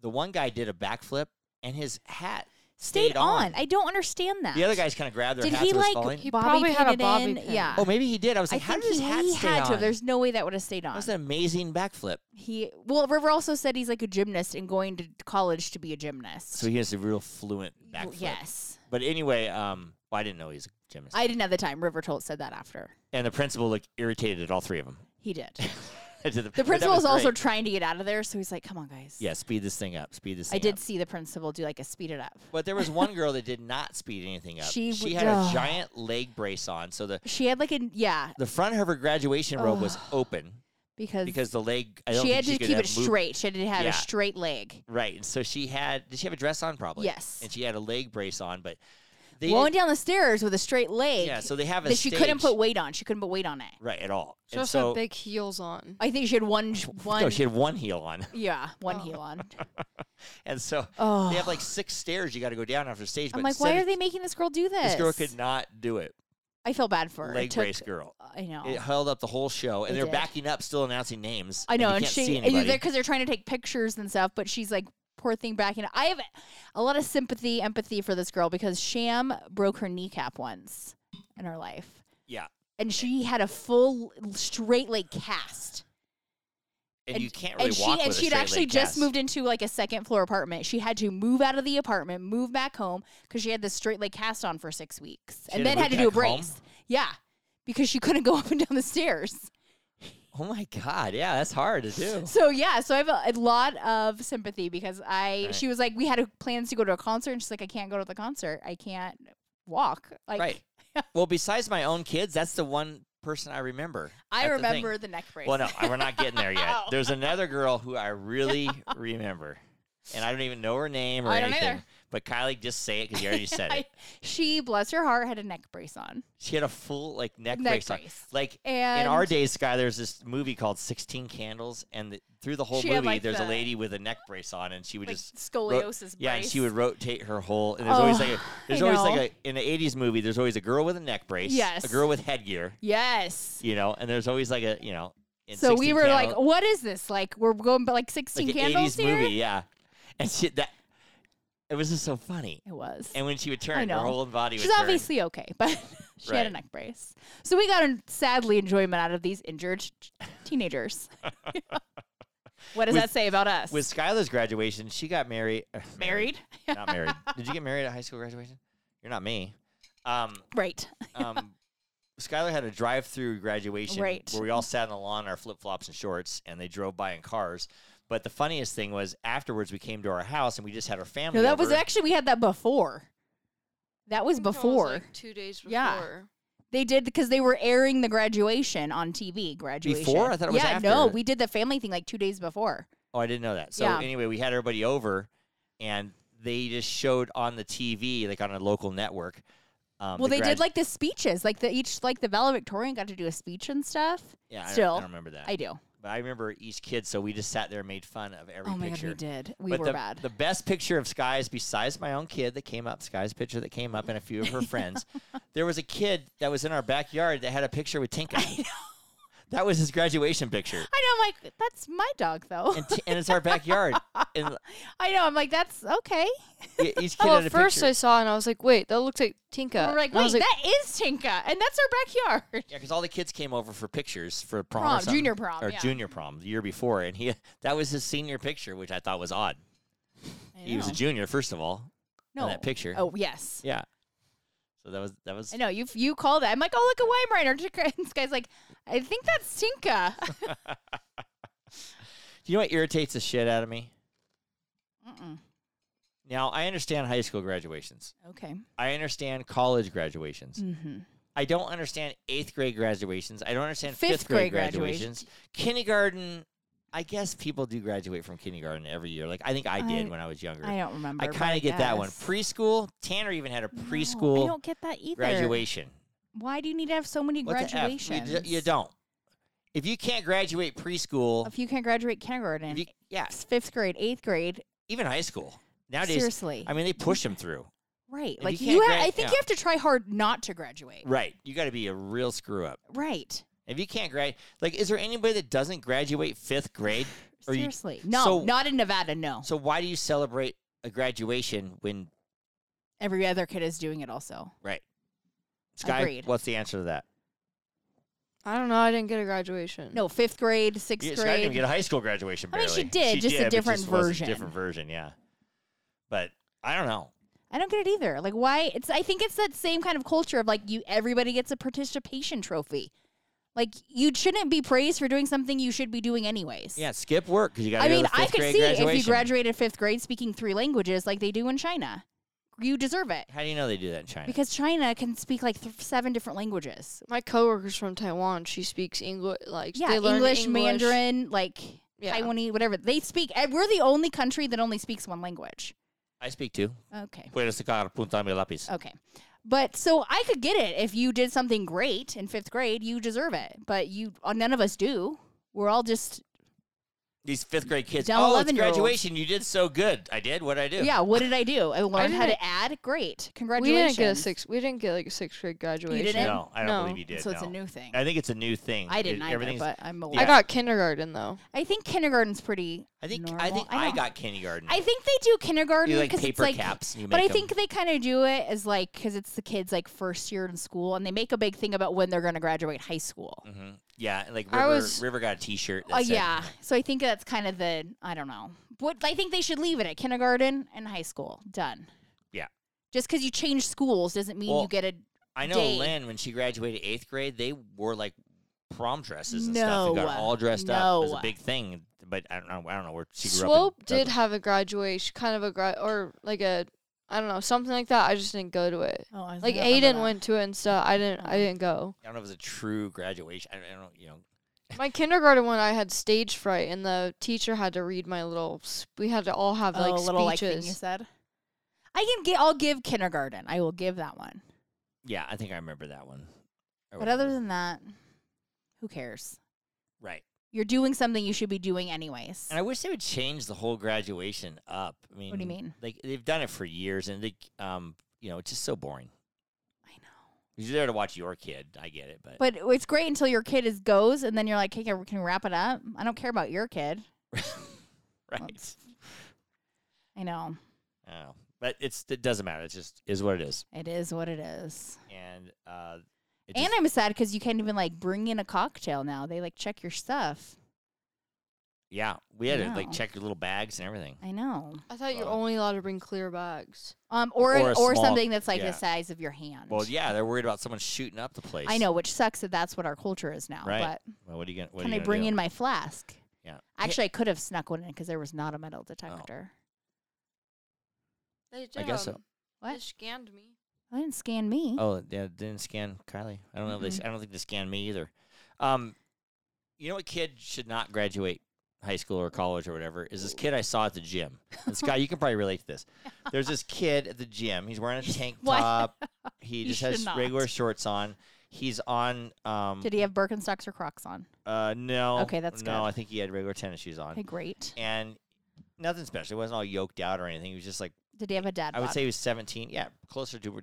Speaker 2: the one guy did a backflip and his hat
Speaker 1: stayed,
Speaker 2: stayed
Speaker 1: on.
Speaker 2: on.
Speaker 1: I don't understand that.
Speaker 2: The other guys kind of grabbed their
Speaker 1: did
Speaker 2: hats
Speaker 1: he
Speaker 2: and was
Speaker 1: like
Speaker 2: falling.
Speaker 1: Bobby
Speaker 3: He probably had a
Speaker 1: pin it
Speaker 3: bobby
Speaker 1: in?
Speaker 3: pin.
Speaker 1: Yeah.
Speaker 2: oh, maybe he did. I was
Speaker 1: I
Speaker 2: like, how
Speaker 1: think
Speaker 2: did his
Speaker 1: he,
Speaker 2: hat
Speaker 1: he
Speaker 2: stay
Speaker 1: had
Speaker 2: on?
Speaker 1: to. have. There's no way that would have stayed
Speaker 2: that
Speaker 1: on.
Speaker 2: was an amazing backflip.
Speaker 1: He well, River also said he's like a gymnast and going to college to be a gymnast.
Speaker 2: So he has a real fluent
Speaker 1: W-
Speaker 2: backflip.
Speaker 1: yes,
Speaker 2: But anyway, um, well, I didn't know he was a gymnast.
Speaker 1: I didn't have the time. River told said that after
Speaker 2: and the principal looked irritated at all three of them. <laughs>
Speaker 1: he did.
Speaker 2: the
Speaker 1: <laughs> The
Speaker 2: but that
Speaker 1: principal
Speaker 2: was
Speaker 1: is also
Speaker 2: great.
Speaker 1: trying to get out of there, so he's like, "Come on, guys."
Speaker 2: yeah, speed this thing up. Speed this
Speaker 1: I
Speaker 2: thing
Speaker 1: did
Speaker 2: up.
Speaker 1: see the principal do like a speed it up.
Speaker 2: But there was one girl that did not speed anything up.
Speaker 1: She
Speaker 2: she
Speaker 1: w-
Speaker 2: had a
Speaker 1: ugh.
Speaker 2: giant leg brace on, so the
Speaker 1: She had like a yeah
Speaker 2: the front of her graduation robe was open
Speaker 1: because,
Speaker 2: because the leg. I don't
Speaker 1: she
Speaker 2: think
Speaker 1: had
Speaker 2: she
Speaker 1: to
Speaker 2: could
Speaker 1: keep
Speaker 2: have
Speaker 1: it
Speaker 2: moved-
Speaker 1: straight. She had to have
Speaker 2: Yeah.
Speaker 1: a straight leg.
Speaker 2: Right, and so she had. Did she have a dress on? Probably.
Speaker 1: Yes.
Speaker 2: And she had a leg brace on, but they
Speaker 1: Going
Speaker 2: didn't-
Speaker 1: down the stairs with a straight leg.
Speaker 2: yeah. So they have a
Speaker 1: that she couldn't
Speaker 2: stage-
Speaker 1: put weight on. She couldn't put weight on it.
Speaker 2: right at all.
Speaker 3: She
Speaker 2: and
Speaker 3: also
Speaker 2: so
Speaker 3: had big heels on.
Speaker 1: I think she had one sh- one
Speaker 2: <laughs> no, she had one heel on, <laughs>
Speaker 1: yeah one
Speaker 3: Oh.
Speaker 1: heel on.
Speaker 2: and so
Speaker 1: Oh,
Speaker 2: they have like six stairs you got to go down after stage. But
Speaker 1: I'm like,
Speaker 2: instead
Speaker 1: why are
Speaker 2: of-
Speaker 1: they making this girl do this?
Speaker 2: This girl could not do it.
Speaker 1: I feel bad for her. It
Speaker 2: leg
Speaker 1: took-
Speaker 2: brace girl.
Speaker 1: I know.
Speaker 2: It held up the whole show, and
Speaker 1: It
Speaker 2: they're
Speaker 1: did.
Speaker 2: backing up, still announcing names.
Speaker 1: I know,
Speaker 2: you
Speaker 1: and
Speaker 2: can't
Speaker 1: she
Speaker 2: see
Speaker 1: because they're,
Speaker 2: anybody.
Speaker 1: 'cause they're trying to take pictures and stuff, but she's like poor thing backing. up. I have a lot of sympathy, empathy for this girl because Sham broke her kneecap once in her life,
Speaker 2: Yeah,
Speaker 1: and she had a full straight leg cast.
Speaker 2: and, you can't really
Speaker 1: and she
Speaker 2: walk
Speaker 1: and
Speaker 2: with a
Speaker 1: she'd
Speaker 2: straight leg
Speaker 1: actually just
Speaker 2: cast.
Speaker 1: moved into like a second floor apartment. She had to move out of the apartment, move back home because she had this straight leg cast on for six weeks, and
Speaker 2: had to
Speaker 1: then
Speaker 2: move
Speaker 1: had to do a
Speaker 2: back home?
Speaker 1: brace. Yeah, because she couldn't go <laughs> up and down the stairs.
Speaker 2: Oh my god, yeah, that's hard to do.
Speaker 1: So yeah, so I have a, a lot of sympathy because I
Speaker 2: Right.
Speaker 1: she was like we had a, plans to go to a concert and she's like I can't go to the concert. I can't walk. Like
Speaker 2: right.
Speaker 1: <laughs>
Speaker 2: well, besides my own kids, that's the one person I remember.
Speaker 1: I
Speaker 2: at the thing.
Speaker 1: remember the, neck brace.
Speaker 2: Well, no, I- we're not getting
Speaker 1: <laughs>
Speaker 2: there yet.
Speaker 1: Oh. <laughs>
Speaker 2: There's another girl who I really remember, and I don't even know her name or
Speaker 1: I don't
Speaker 2: anything.
Speaker 1: either.
Speaker 2: But Kylie, just say it because you already
Speaker 1: <laughs>
Speaker 2: said
Speaker 1: I-
Speaker 2: it.
Speaker 1: she, bless her heart, had a neck brace on.
Speaker 2: She had a full like neck,
Speaker 1: Neck
Speaker 2: brace, on.
Speaker 1: brace.
Speaker 2: Like
Speaker 1: And
Speaker 2: in our days, Sky, there's this movie called Sixteen Candles, and the, through the whole
Speaker 1: She had,
Speaker 2: movie,
Speaker 1: like,
Speaker 2: there's
Speaker 1: the-
Speaker 2: a lady with a neck brace on, and she would
Speaker 1: like
Speaker 2: just ro-
Speaker 1: scoliosis brace.
Speaker 2: yeah, and she would rotate her whole. And there's always
Speaker 1: Oh,
Speaker 2: like a there's
Speaker 1: I
Speaker 2: always
Speaker 1: know.
Speaker 2: like a in the '80s movie. There's always a girl with a neck brace,
Speaker 1: Yes.
Speaker 2: a girl with headgear,
Speaker 1: Yes.
Speaker 2: you know, and there's always like a you know. In
Speaker 1: So we
Speaker 2: 16
Speaker 1: were like,
Speaker 2: Candles-
Speaker 1: what is this? Like, we're going by like 16
Speaker 2: like an
Speaker 1: candles
Speaker 2: '80s
Speaker 1: here?
Speaker 2: movie, yeah, and she that it was just so funny.
Speaker 1: It was.
Speaker 2: And when she would turn, her
Speaker 1: know.
Speaker 2: whole body
Speaker 1: She's
Speaker 2: would turn.
Speaker 1: obviously okay, but <laughs> she had a
Speaker 2: Right.
Speaker 1: neck brace. So we got sadly enjoyment out of these injured ch- teenagers. <laughs> what does
Speaker 2: With-
Speaker 1: that say about us?
Speaker 2: with Skylar's graduation, she got married. uh,
Speaker 1: <laughs> married?
Speaker 2: not married. Did you get married at high school graduation? You're not me. Um,
Speaker 1: Right. <laughs>
Speaker 2: um, Skylar had a drive-through graduation
Speaker 1: Right.
Speaker 2: where we all sat on the lawn in our flip-flops and shorts, and they drove by in cars. But the funniest thing was afterwards we came to our house and we just had our family.
Speaker 1: No, that was
Speaker 2: over.
Speaker 1: actually we had that before. That was
Speaker 3: think that was,
Speaker 1: before.
Speaker 3: like, two days before.
Speaker 1: Yeah. They did because they were airing the graduation on TV. Graduation
Speaker 2: Before? I thought it was
Speaker 1: yeah,
Speaker 2: after.
Speaker 1: no, we did the family thing like two days before.
Speaker 2: Oh, I didn't know that. So
Speaker 1: Yeah.
Speaker 2: anyway, we had everybody over, and they just showed on the TV, like on a local network. Um,
Speaker 1: well,
Speaker 2: the
Speaker 1: they
Speaker 2: grad-
Speaker 1: did like the speeches, like the each like the valedictorian got to do a speech and stuff.
Speaker 2: yeah, I don't- I
Speaker 1: still,
Speaker 2: don't remember that.
Speaker 1: I do.
Speaker 2: But I remember each kid, so we just sat there and made fun of every
Speaker 1: Oh my
Speaker 2: picture.
Speaker 1: god, we did. We
Speaker 2: but
Speaker 1: were
Speaker 2: the,
Speaker 1: bad.
Speaker 2: the best picture of Skies, besides my own kid that came up, Skies' picture that came up, and a few
Speaker 1: <laughs>
Speaker 2: of her friends, there was a kid that was in our backyard that had a picture with Tinka. That was his graduation picture.
Speaker 1: I know. I'm like, that's my dog though.
Speaker 2: And, t- and it's our backyard.
Speaker 1: <laughs>
Speaker 2: And
Speaker 1: I know. I'm like, that's okay.
Speaker 2: e- each kid
Speaker 3: Oh,
Speaker 2: had a
Speaker 3: at first
Speaker 2: picture.
Speaker 3: I saw and I was like, wait, that looks like
Speaker 2: Uh,
Speaker 3: Tinka.
Speaker 1: We're like,
Speaker 3: And I
Speaker 1: wait,
Speaker 3: was like,
Speaker 1: that is Tinka, and that's our backyard.
Speaker 2: Yeah, because all the kids came over for pictures for prom, or
Speaker 1: Prom,
Speaker 2: something,
Speaker 1: junior prom,
Speaker 2: or
Speaker 1: yeah.
Speaker 2: junior prom the year before, and he <laughs> that was his senior picture, which I thought was odd. He was a junior, first of all,
Speaker 1: no.
Speaker 2: in that picture.
Speaker 1: Oh yes,
Speaker 2: yeah. So that was that was
Speaker 1: I know. You you called it. I'm like, oh look, a Weimaraner. <laughs> And this guy's like, I think that's
Speaker 2: <laughs>
Speaker 1: Tinka.
Speaker 2: Do you know what irritates the shit out of me?
Speaker 1: Mm-mm.
Speaker 2: Now I understand high school graduations.
Speaker 1: okay.
Speaker 2: I understand college graduations.
Speaker 1: Mm-hmm.
Speaker 2: I don't understand eighth grade graduations. I don't understand fifth,
Speaker 1: Fifth
Speaker 2: grade,
Speaker 1: grade
Speaker 2: graduations. Kindergarten. I guess people do graduate from kindergarten every year. Like I think I did
Speaker 1: I-
Speaker 2: when I was younger.
Speaker 1: I don't remember.
Speaker 2: I
Speaker 1: but
Speaker 2: kind of get that one.
Speaker 1: guess.
Speaker 2: Preschool. Tanner even had a
Speaker 1: No, I
Speaker 2: preschool
Speaker 1: don't get that either.
Speaker 2: graduation.
Speaker 1: Why do you need to have so many
Speaker 2: What the F? You d-
Speaker 1: graduations?
Speaker 2: You, don't. If you can't graduate preschool,
Speaker 1: If you can't graduate kindergarten,
Speaker 2: if you, yeah,
Speaker 1: fifth grade, eighth grade,
Speaker 2: even high school nowadays.
Speaker 1: seriously,
Speaker 2: I mean, they push them through.
Speaker 1: right?
Speaker 2: if
Speaker 1: Like
Speaker 2: you
Speaker 1: you,
Speaker 2: can't
Speaker 1: ha-
Speaker 2: gra-
Speaker 1: I think
Speaker 2: yeah.
Speaker 1: you have to try hard not to graduate.
Speaker 2: Right. You got to be a real screw up.
Speaker 1: Right.
Speaker 2: If you can't grad, like, is there anybody that doesn't graduate fifth grade? Or you,
Speaker 1: Seriously. no,
Speaker 2: so-
Speaker 1: not in Nevada, no.
Speaker 2: so why do you celebrate a graduation when
Speaker 1: Every other kid is doing it also.
Speaker 2: right? Sky,
Speaker 1: Agreed.
Speaker 2: what's the answer to that?
Speaker 3: I don't know. I didn't get a graduation.
Speaker 1: No, fifth grade, sixth
Speaker 2: Hmm. Yeah, Sky didn't
Speaker 1: grade.
Speaker 2: even get a high school graduation.
Speaker 1: I mean, she
Speaker 2: barely.
Speaker 1: did, just a
Speaker 2: but
Speaker 1: different
Speaker 2: just was
Speaker 1: version.
Speaker 2: different version, yeah. But I don't know.
Speaker 1: I don't get it either. Like why it's I think it's that same kind of culture of like you everybody gets a participation trophy. Like you shouldn't be praised for doing something you should be doing anyways.
Speaker 2: Yeah, skip work because you got to
Speaker 1: I
Speaker 2: go
Speaker 1: mean,
Speaker 2: to the
Speaker 1: I
Speaker 2: fifth
Speaker 1: could
Speaker 2: grade
Speaker 1: see
Speaker 2: graduation.
Speaker 1: if you graduated fifth grade speaking three languages like they do in China. You deserve it.
Speaker 2: How do you know they do that in China?
Speaker 1: Because China can speak like th- seven different languages.
Speaker 3: My coworker's from Taiwan. She speaks English. Like
Speaker 1: Yeah,
Speaker 3: they learn
Speaker 1: English, Mandarin, like
Speaker 3: Yeah.
Speaker 1: Taiwanese, whatever. They speak. eh, We're the only country that only speaks one language.
Speaker 2: I speak too.
Speaker 1: Okay.
Speaker 2: Puedes sacar punta mi lápiz.
Speaker 1: Okay. But so I could get it if you did something great in fifth grade, you deserve it. But you, uh, none of us do. We're all just
Speaker 2: These fifth grade kids.
Speaker 1: Dumb
Speaker 2: oh, it's
Speaker 1: 11-year-olds.
Speaker 2: graduation. You did so good. I did. What did I do?
Speaker 1: yeah. what did I do? I e learned how
Speaker 3: didn't-
Speaker 1: to add. Great,
Speaker 3: We
Speaker 1: congratulations.
Speaker 3: didn't get a sixth. We didn't get like a sixth grade graduation.
Speaker 1: didn't?
Speaker 2: No, I don't
Speaker 3: No.
Speaker 2: believe you did.
Speaker 1: So it's
Speaker 2: no.
Speaker 1: a new thing.
Speaker 2: I think it's a new thing.
Speaker 1: I didn't
Speaker 2: It-
Speaker 1: either,
Speaker 2: everything's-
Speaker 1: but I'm aware.
Speaker 2: Yeah.
Speaker 3: I got kindergarten though.
Speaker 1: I think kindergarten's pretty.
Speaker 2: I think I
Speaker 1: normal.
Speaker 2: think I,
Speaker 1: don't-
Speaker 2: got kindergarten.
Speaker 1: I think they do kindergarten
Speaker 2: you like
Speaker 1: because
Speaker 2: paper
Speaker 1: it's like
Speaker 2: caps. And you
Speaker 1: But I
Speaker 2: make 'em.
Speaker 1: think they kind of do it as like because it's the kids like first year in school, and they make a big thing about when they're going to graduate high school.
Speaker 2: Mhm. Yeah, and like
Speaker 3: I
Speaker 2: River,
Speaker 3: was-
Speaker 2: River got a T-shirt. that
Speaker 1: Uh,
Speaker 2: said-
Speaker 1: yeah, so I think that's kind of the I don't know. What I think they should leave it at kindergarten and high school. Done.
Speaker 2: Yeah.
Speaker 1: Just because you change schools doesn't mean
Speaker 2: Well,
Speaker 1: you get a
Speaker 2: I know
Speaker 1: Day.
Speaker 2: Lynn when she graduated eighth grade, they wore like prom dresses and stuff. and got
Speaker 1: No.
Speaker 2: all dressed up. It was a
Speaker 1: No.
Speaker 2: big thing. But I don't know. I don't know where she grew up.
Speaker 3: Swope
Speaker 2: in
Speaker 3: did
Speaker 2: Douglas.
Speaker 3: have a graduation, kind of a gra- or like a, I don't know, something like that. I just didn't go to it.
Speaker 1: oh,
Speaker 3: Like Aiden went to it and stuff. I didn't. I
Speaker 1: Oh.
Speaker 3: didn't go.
Speaker 2: I don't know if it was a true graduation. I don't, I don't you know.
Speaker 3: My kindergarten one, I had stage fright, and the teacher had to read my little. s- We had to all have like
Speaker 1: Oh, little like thing you
Speaker 3: speeches.
Speaker 1: said. I can get. I'll give kindergarten. I will give that one.
Speaker 2: Yeah, I think I remember that one. Or
Speaker 1: But
Speaker 2: whatever.
Speaker 1: other than that, who cares?
Speaker 2: right.
Speaker 1: You're doing something you should be doing anyways.
Speaker 2: And I wish they would change the whole graduation up. I mean,
Speaker 1: What do you mean?
Speaker 2: Like they've done it for years, and they, um, you know, it's just so boring.
Speaker 1: I know.
Speaker 2: You're there to watch your kid. I get it, but,
Speaker 1: But it's great until your kid is goes, and then you're like, "Hey, can can we wrap it up? I don't care about your kid."
Speaker 2: <laughs> right.
Speaker 1: Let's- I know
Speaker 2: Oh. But it's it doesn't matter. It's just is what it is.
Speaker 1: it is what it is,
Speaker 2: And uh, it
Speaker 1: and
Speaker 2: just-
Speaker 1: I'm sad because you can't even like bring in a cocktail now. They like check your stuff.
Speaker 2: yeah, we had to like
Speaker 1: No.
Speaker 2: check your little bags and everything.
Speaker 1: I know.
Speaker 3: I thought you're
Speaker 2: Well-
Speaker 3: only allowed to bring clear bags.
Speaker 1: Um, or
Speaker 2: Or
Speaker 1: or,
Speaker 2: a small-
Speaker 1: something that's like
Speaker 2: yeah.
Speaker 1: the size of your hand.
Speaker 2: Well, yeah, they're worried about someone shooting up the place.
Speaker 1: I know, which sucks that that's what our culture is now.
Speaker 2: Right. Well, what are you gonna?
Speaker 1: But
Speaker 2: What
Speaker 1: can
Speaker 2: are
Speaker 1: I
Speaker 2: you
Speaker 1: bring
Speaker 2: gonna
Speaker 1: in
Speaker 2: do?
Speaker 1: my flask?
Speaker 2: Yeah.
Speaker 1: Actually, I could have snuck one in because there was not a
Speaker 2: Oh.
Speaker 1: metal detector.
Speaker 3: They
Speaker 2: I guess so. um,
Speaker 1: What?
Speaker 3: They scanned me.
Speaker 1: I didn't scan me.
Speaker 2: Oh, yeah, didn't scan Kylie. I don't know. If they, s-
Speaker 1: Mm-hmm.
Speaker 2: I don't think they scanned me either. Um, you know what kid should not graduate high school or college or whatever is this kid I saw at the gym. And Scott, you can probably relate
Speaker 1: <laughs>
Speaker 2: to this. There's this kid at the gym. He's wearing a tank
Speaker 1: What? <laughs>
Speaker 2: top. He
Speaker 1: You
Speaker 2: just
Speaker 1: should
Speaker 2: has
Speaker 1: not.
Speaker 2: regular shorts on. He's on. Um,
Speaker 1: Did he have Birkenstocks or Crocs on?
Speaker 2: uh, no.
Speaker 1: Okay, that's
Speaker 2: no.
Speaker 1: good.
Speaker 2: I think he had regular tennis shoes on.
Speaker 1: Okay, great.
Speaker 2: And nothing special. He wasn't all yoked out or anything. He was just like
Speaker 1: Did he have a dad?
Speaker 2: I would
Speaker 1: bod?
Speaker 2: say he was 17. Yeah, closer to a-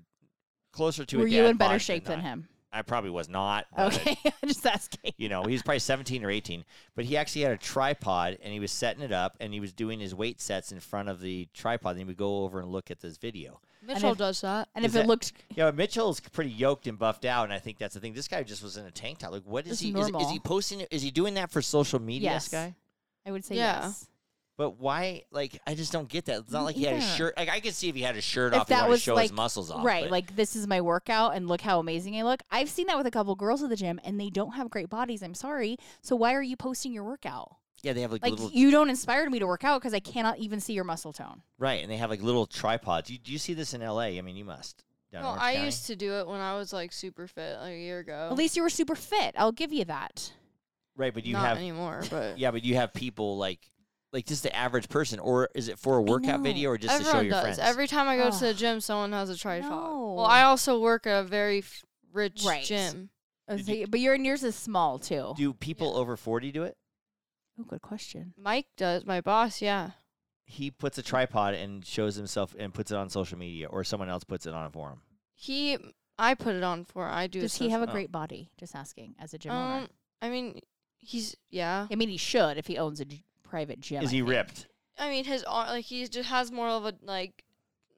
Speaker 2: closer to. a
Speaker 1: were you
Speaker 2: dad
Speaker 1: in better
Speaker 2: bod
Speaker 1: shape than
Speaker 2: not.
Speaker 1: him?
Speaker 2: I probably was not. but,
Speaker 1: Okay, <laughs> just asking.
Speaker 2: You know, he was probably 17 or 18, but he actually had a tripod and he was setting it up and he was doing his weight sets in front of the tripod. And he would go over and look at this video.
Speaker 3: Mitchell
Speaker 1: if-
Speaker 3: does that.
Speaker 1: And if
Speaker 2: Is
Speaker 1: it
Speaker 2: that-
Speaker 1: looked,
Speaker 2: Yeah, but Mitchell's pretty yoked and buffed out, and I think that's the thing. This guy just was in a tank top. Like, what is
Speaker 1: Just
Speaker 2: he? Is, is
Speaker 1: normal.
Speaker 2: he posting? Is he doing that for social media?
Speaker 1: yes,
Speaker 2: This guy.
Speaker 1: I would say
Speaker 3: Yeah.
Speaker 1: yes.
Speaker 2: But why? Like, I just don't get that. It's not like he had a
Speaker 1: either.
Speaker 2: shirt. Like, I could see if he had a shirt
Speaker 1: If
Speaker 2: off, he
Speaker 1: that
Speaker 2: wanted
Speaker 1: was
Speaker 2: to show
Speaker 1: like
Speaker 2: his muscles off.
Speaker 1: right,
Speaker 2: but-
Speaker 1: like this is my workout, and look how amazing I look. I've seen that with a couple girls at the gym, and they don't have great bodies. I'm sorry. So why are you posting your workout?
Speaker 2: yeah, they have like,
Speaker 1: Like
Speaker 2: little
Speaker 1: you don't inspire me to work out because I cannot even see your muscle tone.
Speaker 2: Right, and they have like little tripods. You, do you see this in L.A.? I mean, you must. Down in
Speaker 3: No,
Speaker 2: Orange
Speaker 3: I
Speaker 2: County.
Speaker 3: used to do it when I was like super fit like a year ago.
Speaker 1: At least you were super fit. I'll give you that.
Speaker 2: right, but you
Speaker 3: Not
Speaker 2: have <laughs>
Speaker 3: anymore, but
Speaker 2: yeah, but you have people like like just the average person, or is it for a workout
Speaker 1: know.
Speaker 2: video, or just
Speaker 3: everyone
Speaker 2: to show your
Speaker 3: does.
Speaker 2: friends?
Speaker 3: Every time I go to the
Speaker 1: Ugh.
Speaker 3: gym, someone has a tripod.
Speaker 1: No.
Speaker 3: Well, I also work at a very f- rich
Speaker 1: Right.
Speaker 3: gym.
Speaker 1: I was
Speaker 2: Did you-
Speaker 1: thinking- but your and yours is small too.
Speaker 2: do people
Speaker 3: Yeah.
Speaker 2: over forty do it?
Speaker 1: oh, good question.
Speaker 3: Mike does, my boss. Yeah,
Speaker 2: He puts a tripod and shows himself and puts it on social media, or someone else puts it on for him.
Speaker 3: he. I put it on for. I do.
Speaker 1: Does he have a
Speaker 2: Oh.
Speaker 1: great body? Just asking, as a gym owner.
Speaker 3: Um, I mean, he's yeah.
Speaker 1: I mean, he should if he owns a g- private gym.
Speaker 2: Is
Speaker 1: I
Speaker 2: he
Speaker 1: think.
Speaker 2: ripped?
Speaker 3: I mean, his arm like he just has more of a like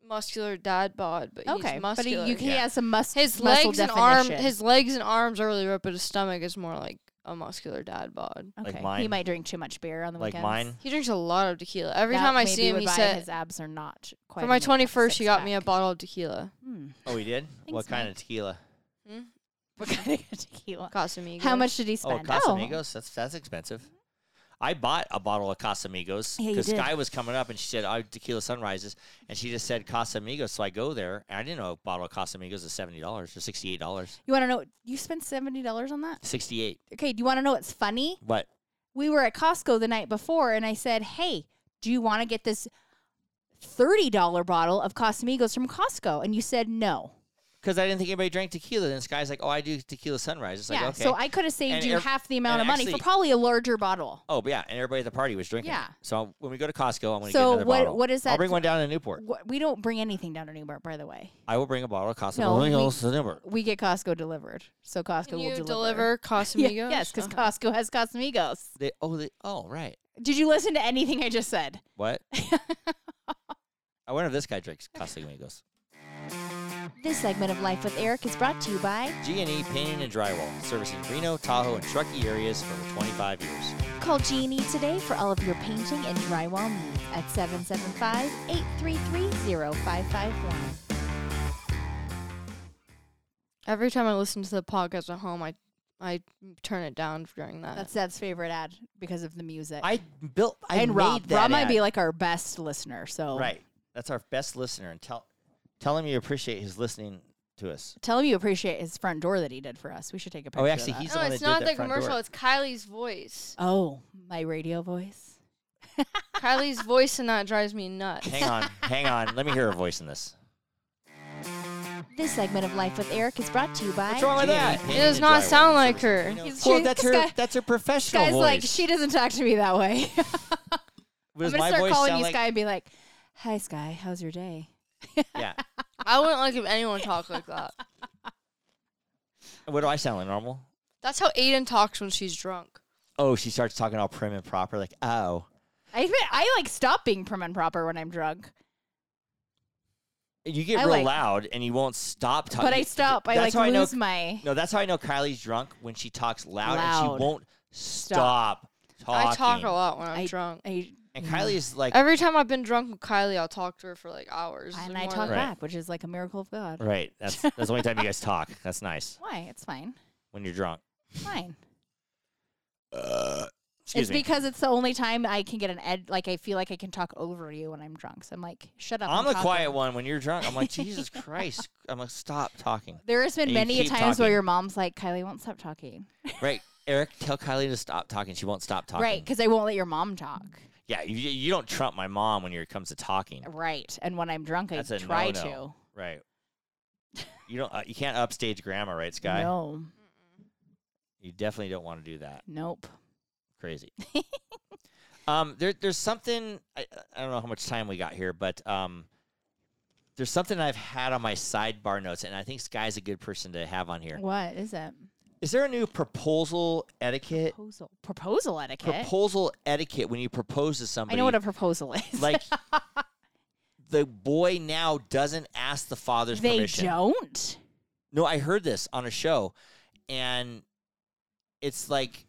Speaker 3: muscular dad bod, but
Speaker 1: Okay,
Speaker 3: he's
Speaker 1: but he,
Speaker 3: muscular.
Speaker 1: you, he
Speaker 2: Yeah.
Speaker 1: has some mus-
Speaker 3: his
Speaker 1: muscle
Speaker 3: legs and
Speaker 1: definition.
Speaker 3: arm, his legs and arms are really ripped, but his stomach is more like a muscular dad bod.
Speaker 1: okay.
Speaker 2: like mine.
Speaker 1: He might drink too much beer on the
Speaker 2: Like
Speaker 1: weekends.
Speaker 2: mine?
Speaker 3: He drinks a lot of tequila. Every
Speaker 1: That
Speaker 3: time I
Speaker 1: maybe
Speaker 3: see him,
Speaker 1: would
Speaker 3: he
Speaker 1: buy
Speaker 3: said
Speaker 1: his abs are not quite.
Speaker 3: for my
Speaker 1: enough
Speaker 3: twenty first, he got me a
Speaker 1: six-pack."
Speaker 3: bottle of tequila.
Speaker 1: Hmm.
Speaker 2: Oh, he did. what
Speaker 1: Thanks,
Speaker 2: kind
Speaker 1: Mike.
Speaker 2: of tequila?
Speaker 3: Hmm?
Speaker 1: <laughs> What kind
Speaker 3: <laughs>
Speaker 1: of tequila?
Speaker 3: Casamigos.
Speaker 1: How much did he
Speaker 2: Oh,
Speaker 1: spend?
Speaker 2: Casamigos. That's that's expensive. I bought a bottle of Casamigos
Speaker 1: Yeah, you
Speaker 2: because
Speaker 1: did.
Speaker 2: Sky was coming up and she said, "I tequila sunrises," and she just said Casamigos. So I go there and I didn't know a bottle of Casamigos is seventy dollars or sixty eight dollars.
Speaker 1: Oh, You want to know? You spent seventy dollars on that?
Speaker 2: Sixty eight.
Speaker 1: Okay. Do you want to know what's funny?
Speaker 2: What?
Speaker 1: we were at Costco the night before, and I said, "Hey, do you want to get this thirty dollar bottle of Casamigos from Costco?" And you said no.
Speaker 2: Because I didn't think anybody drank tequila. And Sky's like, "Oh, I do tequila sunrises." Like,
Speaker 1: yeah,
Speaker 2: okay.
Speaker 1: so I could have saved
Speaker 2: And
Speaker 1: you
Speaker 2: ev-
Speaker 1: half the amount
Speaker 2: and
Speaker 1: of money for
Speaker 2: actually-
Speaker 1: probably a larger bottle.
Speaker 2: Oh but yeah, and everybody at the party was drinking. it.
Speaker 1: Yeah.
Speaker 2: So when we go to Costco, I'm going to get
Speaker 1: So
Speaker 2: another
Speaker 1: what-
Speaker 2: bottle.
Speaker 1: what is
Speaker 2: I'll
Speaker 1: that
Speaker 2: bring
Speaker 1: th-
Speaker 2: one down to Newport.
Speaker 1: Wh- We don't bring anything down to Newport, by the way.
Speaker 2: I will bring a bottle of
Speaker 1: No, we-
Speaker 2: Casamigos to Newport.
Speaker 1: We get Costco delivered, so Costco
Speaker 3: Can
Speaker 1: will
Speaker 3: you
Speaker 1: deliver.
Speaker 3: deliver
Speaker 1: <laughs>
Speaker 3: Casamigos? Uh-huh.
Speaker 1: Yeah, yes, because
Speaker 2: Uh-huh.
Speaker 3: Okay.
Speaker 1: Costco has Casamigos.
Speaker 2: They oh they oh right
Speaker 1: Did you listen to anything I just said?
Speaker 2: what? <laughs> I wonder if this guy drinks Casamigos.
Speaker 1: This segment of Life with Eric is brought to you by
Speaker 2: G&E Painting and Drywall, servicing Reno, Tahoe, and Truckee areas for over 25 years.
Speaker 1: Call G&E today for all of your painting and drywall needs at 775-833-0551.
Speaker 3: Every time I listen to the podcast at home, I I turn it down during that.
Speaker 1: That's Dad's favorite ad because of the music.
Speaker 2: I built, I
Speaker 1: and
Speaker 2: made
Speaker 1: Rob.
Speaker 2: that
Speaker 1: Rob might be
Speaker 2: ad.
Speaker 1: like our best listener. So
Speaker 2: right. That's our best listener, and tell tell him you appreciate his listening to us.
Speaker 1: tell him you appreciate his front door that he did for us. We should take a picture
Speaker 2: Oh, actually,
Speaker 1: of that.
Speaker 2: he's the
Speaker 3: no,
Speaker 2: one
Speaker 3: it's
Speaker 2: that did
Speaker 3: not
Speaker 2: that
Speaker 3: the
Speaker 2: front
Speaker 3: commercial.
Speaker 2: door.
Speaker 3: It's Kylie's voice.
Speaker 1: Oh, my radio voice.
Speaker 3: Kylie's voice in that drives me nuts.
Speaker 2: Hang <laughs> on, hang on. Let me hear her voice in this.
Speaker 5: This segment of Life with Eric is brought to you by.
Speaker 2: What's wrong with that?
Speaker 3: It does not sound like her.
Speaker 5: He's-
Speaker 2: Well,
Speaker 5: she-
Speaker 2: that's
Speaker 5: this
Speaker 2: her.
Speaker 5: guy-
Speaker 2: That's her professional
Speaker 1: Sky's
Speaker 2: voice.
Speaker 1: like, she doesn't talk to me that way. <laughs> I'm
Speaker 2: Does
Speaker 1: gonna
Speaker 2: my
Speaker 1: start
Speaker 2: voice
Speaker 1: calling
Speaker 2: sound
Speaker 1: you
Speaker 2: like-
Speaker 1: Sky and be like, "Hi, Sky. How's your day?"
Speaker 2: Yeah.
Speaker 3: I wouldn't like if anyone talked like
Speaker 2: <laughs>
Speaker 3: that.
Speaker 2: What do I sound like? Normal?
Speaker 3: That's how Aiden talks when she's drunk.
Speaker 2: Oh, she starts talking all prim and proper. Like, oh,
Speaker 1: I admit, I like stop being prim and proper when I'm drunk.
Speaker 2: you get
Speaker 1: I
Speaker 2: real
Speaker 1: like-
Speaker 2: loud and you won't stop talking.
Speaker 1: But I stop. I
Speaker 2: That's
Speaker 1: like
Speaker 2: how
Speaker 1: lose
Speaker 2: I know,
Speaker 1: my.
Speaker 2: No, that's how I know Kylie's drunk when she talks loud, and
Speaker 1: Loud.
Speaker 2: she won't
Speaker 1: Stop.
Speaker 2: stop, talking.
Speaker 3: I talk a lot when I'm
Speaker 1: I-
Speaker 3: drunk.
Speaker 1: I,
Speaker 2: And Kylie is like,
Speaker 3: Every time I've been drunk with Kylie, I'll talk to her for like hours.
Speaker 1: and
Speaker 3: More
Speaker 1: I talk
Speaker 3: than-
Speaker 2: Right.
Speaker 1: back, which is like a miracle of God.
Speaker 2: right. That's that's the only time you guys talk. That's nice
Speaker 1: Why? It's fine.
Speaker 2: when you're drunk.
Speaker 1: It's fine. it's
Speaker 2: Excuse me.
Speaker 1: because it's the only time I can get an ed. Like I feel like I can talk over you when I'm drunk. So I'm like, shut up.
Speaker 2: I'm the
Speaker 1: talking.
Speaker 2: quiet one. When you're drunk, I'm like, Jesus Christ. I'm like, stop talking.
Speaker 1: There has been
Speaker 2: You
Speaker 1: many a
Speaker 2: keep
Speaker 1: times where
Speaker 2: talking.
Speaker 1: your mom's like, Kylie won't stop talking.
Speaker 2: Right. Eric, tell Kylie to stop talking. She won't stop talking.
Speaker 1: Right, because I won't let your mom talk.
Speaker 2: Yeah, you, you don't trump my mom when it comes to talking.
Speaker 1: Right, and when I'm drunk,
Speaker 2: That's
Speaker 1: I
Speaker 2: a
Speaker 1: try
Speaker 2: no-no. Right. You don't. Uh, you can't upstage grandma, right,
Speaker 1: to.
Speaker 2: Sky?
Speaker 1: No,
Speaker 2: You definitely don't want to do that.
Speaker 1: nope.
Speaker 2: Crazy. um, there, there's something. I, I don't know how much time we got here, but um, there's something I've had on my sidebar notes, and I think Sky's a good person to have on here.
Speaker 1: What is it?
Speaker 2: Is there a new proposal etiquette?
Speaker 1: Proposal. Proposal etiquette.
Speaker 2: Proposal etiquette when you propose to
Speaker 1: I
Speaker 2: somebody.
Speaker 1: know what a <laughs> proposal is.
Speaker 2: <laughs> like. The boy now doesn't ask the father's
Speaker 1: they
Speaker 2: permission.
Speaker 1: don't.
Speaker 2: No, I heard this on a show, and it's like,